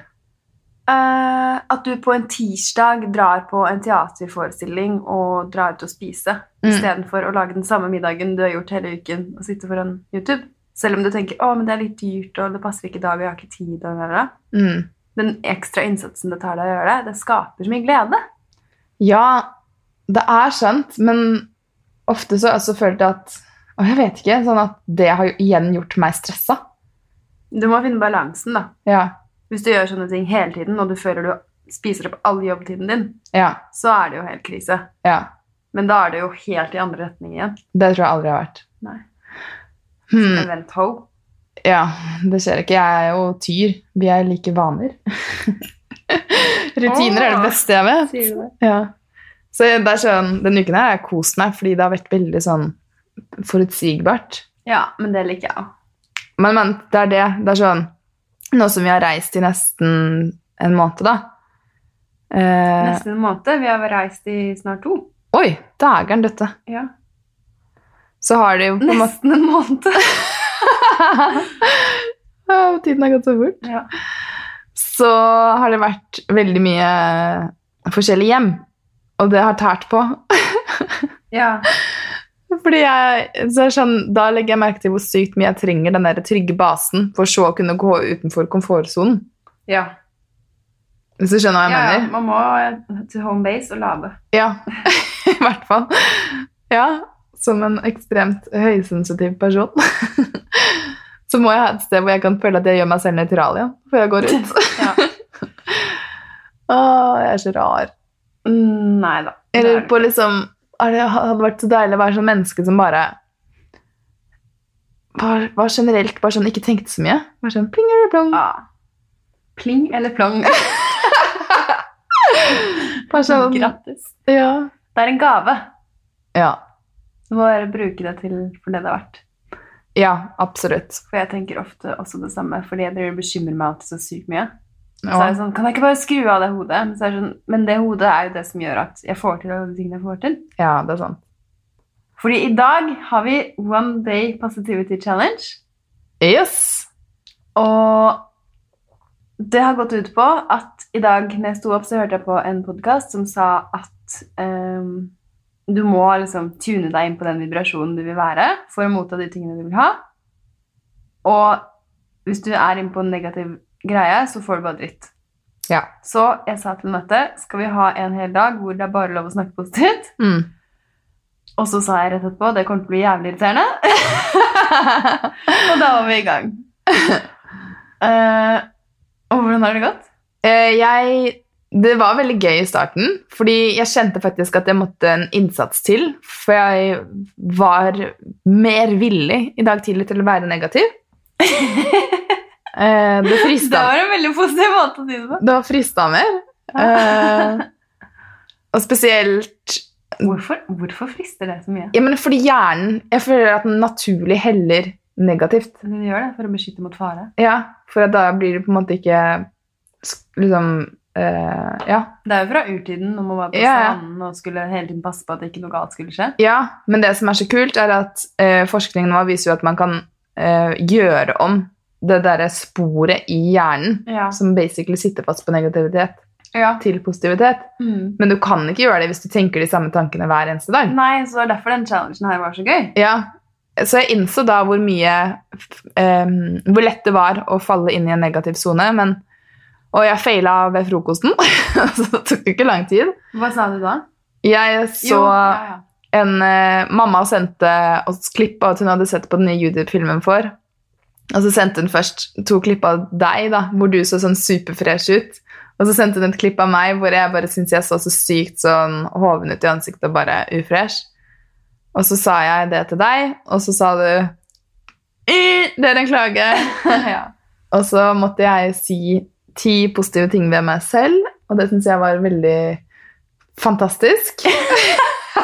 [SPEAKER 4] Eh, at du på en tirsdag drar på en teaterforestilling og drar ut og spise,
[SPEAKER 3] Mm.
[SPEAKER 4] istedenfor å lage den samme middagen du har gjort hele uken og sitte foran YouTube. Selv om du tenker å, men det er litt dyrt, og det passer ikke i dag, og jeg har ikke tid. Og blablabla».
[SPEAKER 3] Mm.
[SPEAKER 4] Den ekstra innsatsen det tar deg å gjøre det, det skaper så mye glede.
[SPEAKER 3] Ja, det er sant, men ofte så har jeg også følt at og jeg vet ikke, sånn at det har jo igjen gjort meg stressa.
[SPEAKER 4] Du må finne balansen, da.
[SPEAKER 3] Ja,
[SPEAKER 4] Hvis du gjør sånne ting hele tiden, og du føler du spiser opp all jobbtiden din,
[SPEAKER 3] ja,
[SPEAKER 4] så er det jo helt krise.
[SPEAKER 3] ja.
[SPEAKER 4] Men da er det jo helt i andre retning igjen.
[SPEAKER 3] Det tror jeg aldri jeg har vært.
[SPEAKER 4] Nei. Som
[SPEAKER 3] Hmm,
[SPEAKER 4] en vent ho.
[SPEAKER 3] ja, det skjer ikke. Jeg er jo tyr. Vi er like vaner. Rutiner er det
[SPEAKER 4] Åh,
[SPEAKER 3] beste jeg vet.
[SPEAKER 4] Sier du det?
[SPEAKER 3] Ja. Så det er sånn, denne uken her har jeg kost meg, fordi det har vært veldig sånn forutsigbart.
[SPEAKER 4] Ja, men det liker jeg òg.
[SPEAKER 3] Men, men, det er det. Det er sånn Nå som vi har reist i nesten en måned, da eh,
[SPEAKER 4] Nesten en måned. Vi har reist i snart to.
[SPEAKER 3] Oi, dægeren døtte.
[SPEAKER 4] Ja.
[SPEAKER 3] Så har det jo på en måte
[SPEAKER 4] Nesten en måned.
[SPEAKER 3] Å, Tiden har gått så fort.
[SPEAKER 4] Ja.
[SPEAKER 3] Så har det vært veldig mye forskjellig hjem. Og det har tært på.
[SPEAKER 4] ja.
[SPEAKER 3] Fordi jeg, så er det sånn, Da legger jeg merke til hvor sykt mye jeg trenger den der trygge basen for så å kunne gå utenfor komfortsonen.
[SPEAKER 4] ja.
[SPEAKER 3] Hvis du skjønner hva jeg
[SPEAKER 4] ja,
[SPEAKER 3] mener?
[SPEAKER 4] Man må eh, til home base og lade.
[SPEAKER 3] Ja, i hvert fall. Ja, som en ekstremt høysensitiv person. Så må jeg ha et sted hvor jeg kan føle at jeg gjør meg selv nøytral igjen før jeg går ut.
[SPEAKER 4] Ja.
[SPEAKER 3] Å, jeg er så rar.
[SPEAKER 4] Mm, nei da.
[SPEAKER 3] Jeg
[SPEAKER 4] Det er
[SPEAKER 3] lurer på liksom er Det hadde vært så deilig å være sånn menneske som bare var, var generelt bare sånn ikke tenkte så mye. Bare sånn pling eller plong.
[SPEAKER 4] Ja. Pling eller plong.
[SPEAKER 3] Bare sånn,
[SPEAKER 4] Grattis.
[SPEAKER 3] ja.
[SPEAKER 4] Det er en gave.
[SPEAKER 3] ja.
[SPEAKER 4] Du må bare bruke det til for det det er verdt.
[SPEAKER 3] Ja, absolutt.
[SPEAKER 4] For jeg tenker ofte også det samme, fordi dere bekymrer meg alltid så sykt mye. Så er
[SPEAKER 3] Ja.
[SPEAKER 4] det sånn, kan jeg ikke bare skru av det hodet? Men, så er det sånn, men det hodet er jo det som gjør at jeg får til alle de tingene jeg får til.
[SPEAKER 3] ja, det er sant.
[SPEAKER 4] Fordi i dag har vi One Day Positivity Challenge.
[SPEAKER 3] Yes!
[SPEAKER 4] Og det har gått ut på at i dag når jeg sto opp, så hørte jeg på en podkast som sa at ehm, du må liksom tune deg inn på den vibrasjonen du vil være for å motta de tingene du vil ha. Og hvis du er inne på en negativ greie, så får du bare dritt.
[SPEAKER 3] Ja.
[SPEAKER 4] Så jeg sa til Mette skal vi ha en hel dag hvor det er bare lov å snakke positivt.
[SPEAKER 3] Mm.
[SPEAKER 4] Og så sa jeg rett etterpå det kommer til å bli jævlig irriterende. og da var vi i gang. Eh, og hvordan har det gått?
[SPEAKER 3] Eh, jeg Det var veldig gøy i starten, fordi jeg kjente faktisk at jeg måtte en innsats til. For jeg var mer villig i dag tidlig til å være negativ. Eh, det
[SPEAKER 4] Det
[SPEAKER 3] frista
[SPEAKER 4] var en veldig positiv måte å si det på.
[SPEAKER 3] Det var frista mer. Eh, og spesielt
[SPEAKER 4] Hvorfor, hvorfor frister det så mye?
[SPEAKER 3] ja, men Fordi hjernen Jeg føler at den naturlig heller negativt.
[SPEAKER 4] Du gjør det for å beskytte mot fare.
[SPEAKER 3] Ja, For da blir det på en måte ikke sk- liksom eh, Ja.
[SPEAKER 4] Det er jo fra urtiden når man var på
[SPEAKER 3] Ja, ja.
[SPEAKER 4] stranden og skulle hele tiden passe på at ikke noe galt skulle skje.
[SPEAKER 3] Ja, men det som er så kult, er at eh, forskningen nå viser jo at man kan eh, gjøre om det derre sporet i hjernen
[SPEAKER 4] Ja.
[SPEAKER 3] som basically sitter fast på negativitet,
[SPEAKER 4] ja.
[SPEAKER 3] til positivitet.
[SPEAKER 4] Mm.
[SPEAKER 3] Men du kan ikke gjøre det hvis du tenker de samme tankene hver eneste dag.
[SPEAKER 4] Nei, så det er derfor den challengen her var så gøy.
[SPEAKER 3] Ja, Så jeg innså da hvor mye f- em, Hvor lett det var å falle inn i en negativ sone. men- Og jeg feila ved frokosten, så det tok jo ikke lang tid.
[SPEAKER 4] Hva sa du da?
[SPEAKER 3] Jeg så
[SPEAKER 4] Jo, ja, ja.
[SPEAKER 3] en eh, Mamma sendte oss klipp av at hun hadde sett på den nye YouTube-filmen for. Og så sendte hun først to klipp av deg, da, hvor du så sånn superfresh ut. Og så sendte hun et klipp av meg hvor jeg bare syntes jeg så så sykt sånn hoven ut i ansiktet og bare ufresh. Og så sa jeg det til deg, og så sa du «Eh, Det er en klage.
[SPEAKER 4] ja.
[SPEAKER 3] Og så måtte jeg si ti positive ting ved meg selv, og det syns jeg var veldig fantastisk.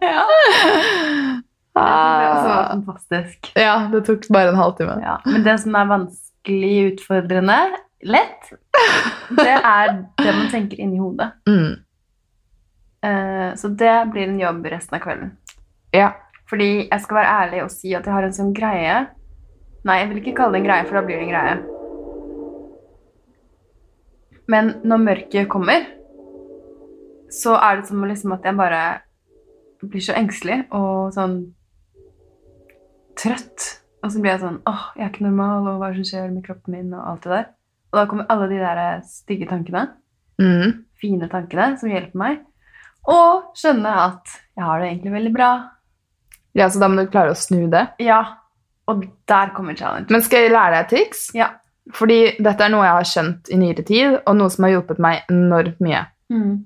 [SPEAKER 4] ja. Det var
[SPEAKER 3] Ah.
[SPEAKER 4] fantastisk.
[SPEAKER 3] Ja, det tok bare en halvtime.
[SPEAKER 4] Ja, men det som er vanskelig, utfordrende, lett, det er det man tenker inni hodet.
[SPEAKER 3] Mm.
[SPEAKER 4] Eh, Så det blir en jobb resten av kvelden.
[SPEAKER 3] Ja.
[SPEAKER 4] Fordi jeg skal være ærlig og si at jeg har en sånn greie Nei, jeg vil ikke kalle det en greie, for da blir det en greie. Men når mørket kommer, så er det som å liksom at jeg bare blir så engstelig og sånn trøtt. Og så blir jeg sånn åh, jeg er ikke normal, og hva er det som skjer med kroppen min, og alt det der. Og da kommer alle de der eh, stygge tankene
[SPEAKER 3] Mm.
[SPEAKER 4] fine tankene som hjelper meg, og skjønne at jeg har det egentlig veldig bra.
[SPEAKER 3] ja, så da må du klare å snu det.
[SPEAKER 4] Ja, og der kommer challenge.
[SPEAKER 3] Men skal jeg lære deg et triks?
[SPEAKER 4] Ja.
[SPEAKER 3] Fordi dette er noe jeg har skjønt i nyere tid, og noe som har hjulpet meg enormt mye.
[SPEAKER 4] Mm.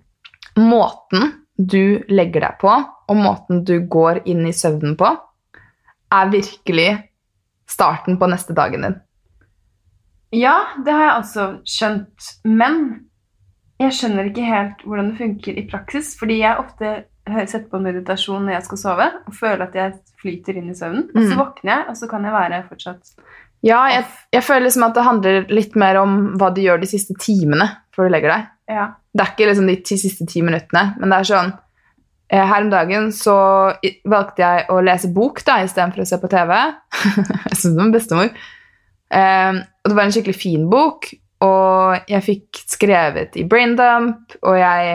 [SPEAKER 3] Måten du legger deg på, og måten du går inn i søvnen på, er virkelig starten på neste dagen din.
[SPEAKER 4] Ja, det har jeg også skjønt, men jeg skjønner ikke helt hvordan det funker i praksis, fordi jeg ofte hø- setter på meditasjon når jeg skal sove, og føler at jeg flyter inn i søvnen, og så
[SPEAKER 3] Mm.
[SPEAKER 4] våkner jeg, og så kan jeg være fortsatt
[SPEAKER 3] Ja, jeg, jeg føler liksom at det handler litt mer om hva du gjør de siste timene før du legger deg.
[SPEAKER 4] Ja.
[SPEAKER 3] Det er ikke liksom de ti siste ti minuttene, men det er sånn eh, Her om dagen så i- valgte jeg å lese bok da, istedenfor å se på TV. jeg syns det var bestemor. Eh, og det var en skikkelig fin bok, og jeg fikk skrevet i braindump, og jeg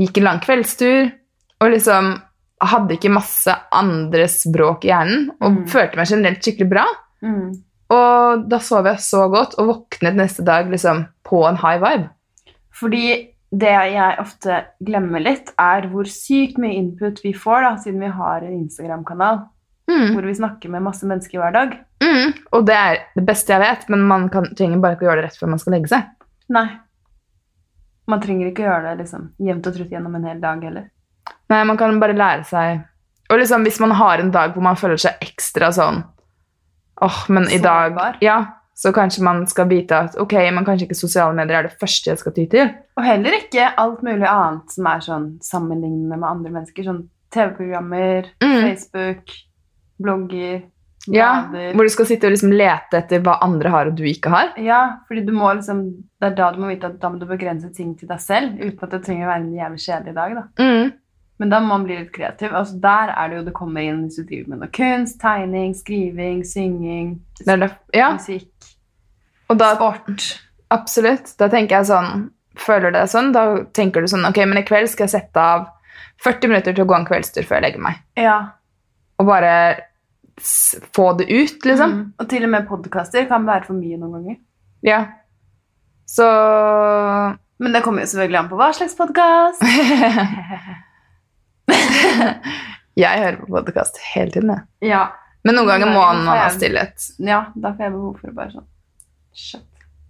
[SPEAKER 3] gikk en lang kveldstur, og liksom hadde ikke masse andre språk i hjernen, og
[SPEAKER 4] Mm.
[SPEAKER 3] følte meg generelt skikkelig bra.
[SPEAKER 4] Mm.
[SPEAKER 3] Og da sov jeg så godt, og våknet neste dag liksom på en high vibe.
[SPEAKER 4] Fordi det jeg ofte glemmer litt, er hvor sykt mye input vi får, da, siden vi har en Instagram-kanal.
[SPEAKER 3] Mm.
[SPEAKER 4] hvor vi snakker med masse mennesker hver dag.
[SPEAKER 3] Mm, og det er det beste jeg vet, men man kan, trenger bare ikke å gjøre det rett før man skal legge seg.
[SPEAKER 4] Nei. Man trenger ikke å gjøre det liksom, jevnt og trutt gjennom en hel dag heller.
[SPEAKER 3] Nei, man kan bare lære seg Og liksom, hvis man har en dag hvor man føler seg ekstra sånn Åh, men i dag
[SPEAKER 4] Sårbar.
[SPEAKER 3] Ja, så kanskje man skal vite at ok, men kanskje ikke sosiale medier er det første jeg skal ty til.
[SPEAKER 4] Og heller ikke alt mulig annet som er sånn sammenlignende med andre mennesker. Sånn TV-programmer,
[SPEAKER 3] Mm.
[SPEAKER 4] Facebook, blogger,
[SPEAKER 3] Ja,
[SPEAKER 4] blader.
[SPEAKER 3] hvor du skal sitte og liksom lete etter hva andre har og du ikke har.
[SPEAKER 4] Ja, fordi du må liksom, det er da du må vite at da må du begrense ting til deg selv, uten at det trenger å være en jævlig kjedelig dag. da.
[SPEAKER 3] Mm.
[SPEAKER 4] Men da må man bli litt kreativ. Altså, der er det jo det kommer inn hvis du driver med noe kunst, tegning, skriving, synging,
[SPEAKER 3] Det er det. Ja,
[SPEAKER 4] musikk,
[SPEAKER 3] og da
[SPEAKER 4] sport.
[SPEAKER 3] Absolutt. Da tenker jeg sånn Føler du deg sånn, da tenker du sånn Ok, men i kveld skal jeg sette av 40 minutter til å gå en kveldstur før jeg legger meg.
[SPEAKER 4] Ja.
[SPEAKER 3] Og bare s- få det ut, liksom.
[SPEAKER 4] Mm. Og til og med podkaster kan være for mye noen ganger.
[SPEAKER 3] Ja. Så
[SPEAKER 4] Men det kommer jo selvfølgelig an på hva slags podkast.
[SPEAKER 3] Jeg hører på podkast hele tiden, jeg.
[SPEAKER 4] Ja.
[SPEAKER 3] Men noen ganger må
[SPEAKER 4] Nei,
[SPEAKER 3] man ha
[SPEAKER 4] hvorfor jeg-
[SPEAKER 3] stillhet.
[SPEAKER 4] ja, da får jeg behov for å bare sånn Shut.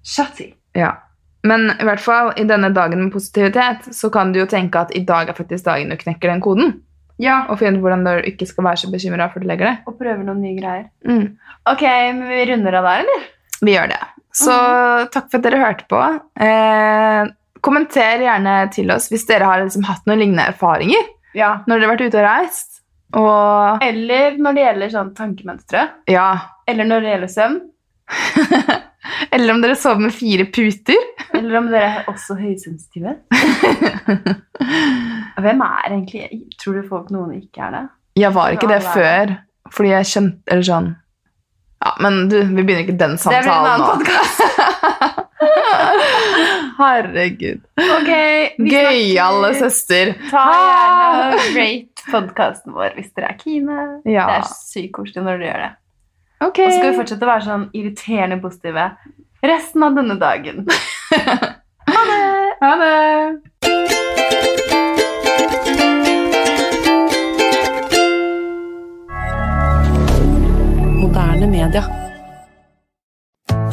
[SPEAKER 4] Shut it.
[SPEAKER 3] Ja. Men i hvert fall i denne dagen med positivitet så kan du jo tenke at i dag er faktisk dagen du knekker den koden.
[SPEAKER 4] Ja.
[SPEAKER 3] Og finne ut hvordan du ikke skal være så bekymra før du legger deg.
[SPEAKER 4] Og prøver noen nye greier.
[SPEAKER 3] Mm.
[SPEAKER 4] Ok, men vi runder av der, eller?
[SPEAKER 3] Vi gjør det. Så
[SPEAKER 4] Mhm.
[SPEAKER 3] takk for at dere hørte på. Eh, kommenter gjerne til oss hvis dere har liksom hatt noen lignende erfaringer
[SPEAKER 4] Ja.
[SPEAKER 3] når dere har vært ute og reist. Og
[SPEAKER 4] Eller når det gjelder sånn tankemønstre.
[SPEAKER 3] ja
[SPEAKER 4] Eller når det gjelder søvn.
[SPEAKER 3] Eller om dere sover med fire puter.
[SPEAKER 4] Eller om dere er også høysensitive. Hvem er egentlig Tror du folk noen ikke er det?
[SPEAKER 3] Jeg var ikke det
[SPEAKER 4] Ja,
[SPEAKER 3] før, fordi jeg skjønte Eller sånn Ja, men du, vi begynner ikke den
[SPEAKER 4] det blir en
[SPEAKER 3] samtalen
[SPEAKER 4] annen
[SPEAKER 3] nå.
[SPEAKER 4] podkast.
[SPEAKER 3] Herregud.
[SPEAKER 4] Ok, vi
[SPEAKER 3] Gøyale
[SPEAKER 4] snakkes.
[SPEAKER 3] søster.
[SPEAKER 4] Ta gjerne og rate podkasten vår hvis dere er keene.
[SPEAKER 3] Ja.
[SPEAKER 4] Det er sykt koselig når dere gjør det.
[SPEAKER 3] Ok.
[SPEAKER 4] Og så skal vi fortsette å være sånn irriterende positive resten av denne dagen.
[SPEAKER 3] Ha det.
[SPEAKER 5] Moderne media.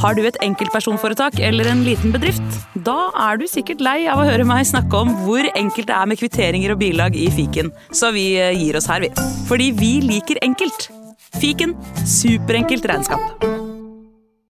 [SPEAKER 6] Har du et enkeltpersonforetak eller en liten bedrift? Da er du sikkert lei av å høre meg snakke om hvor enkelt det er med kvitteringer og bilag i fiken, så vi eh, gir oss her, vi. Fordi vi liker enkelt. Fiken superenkelt regnskap.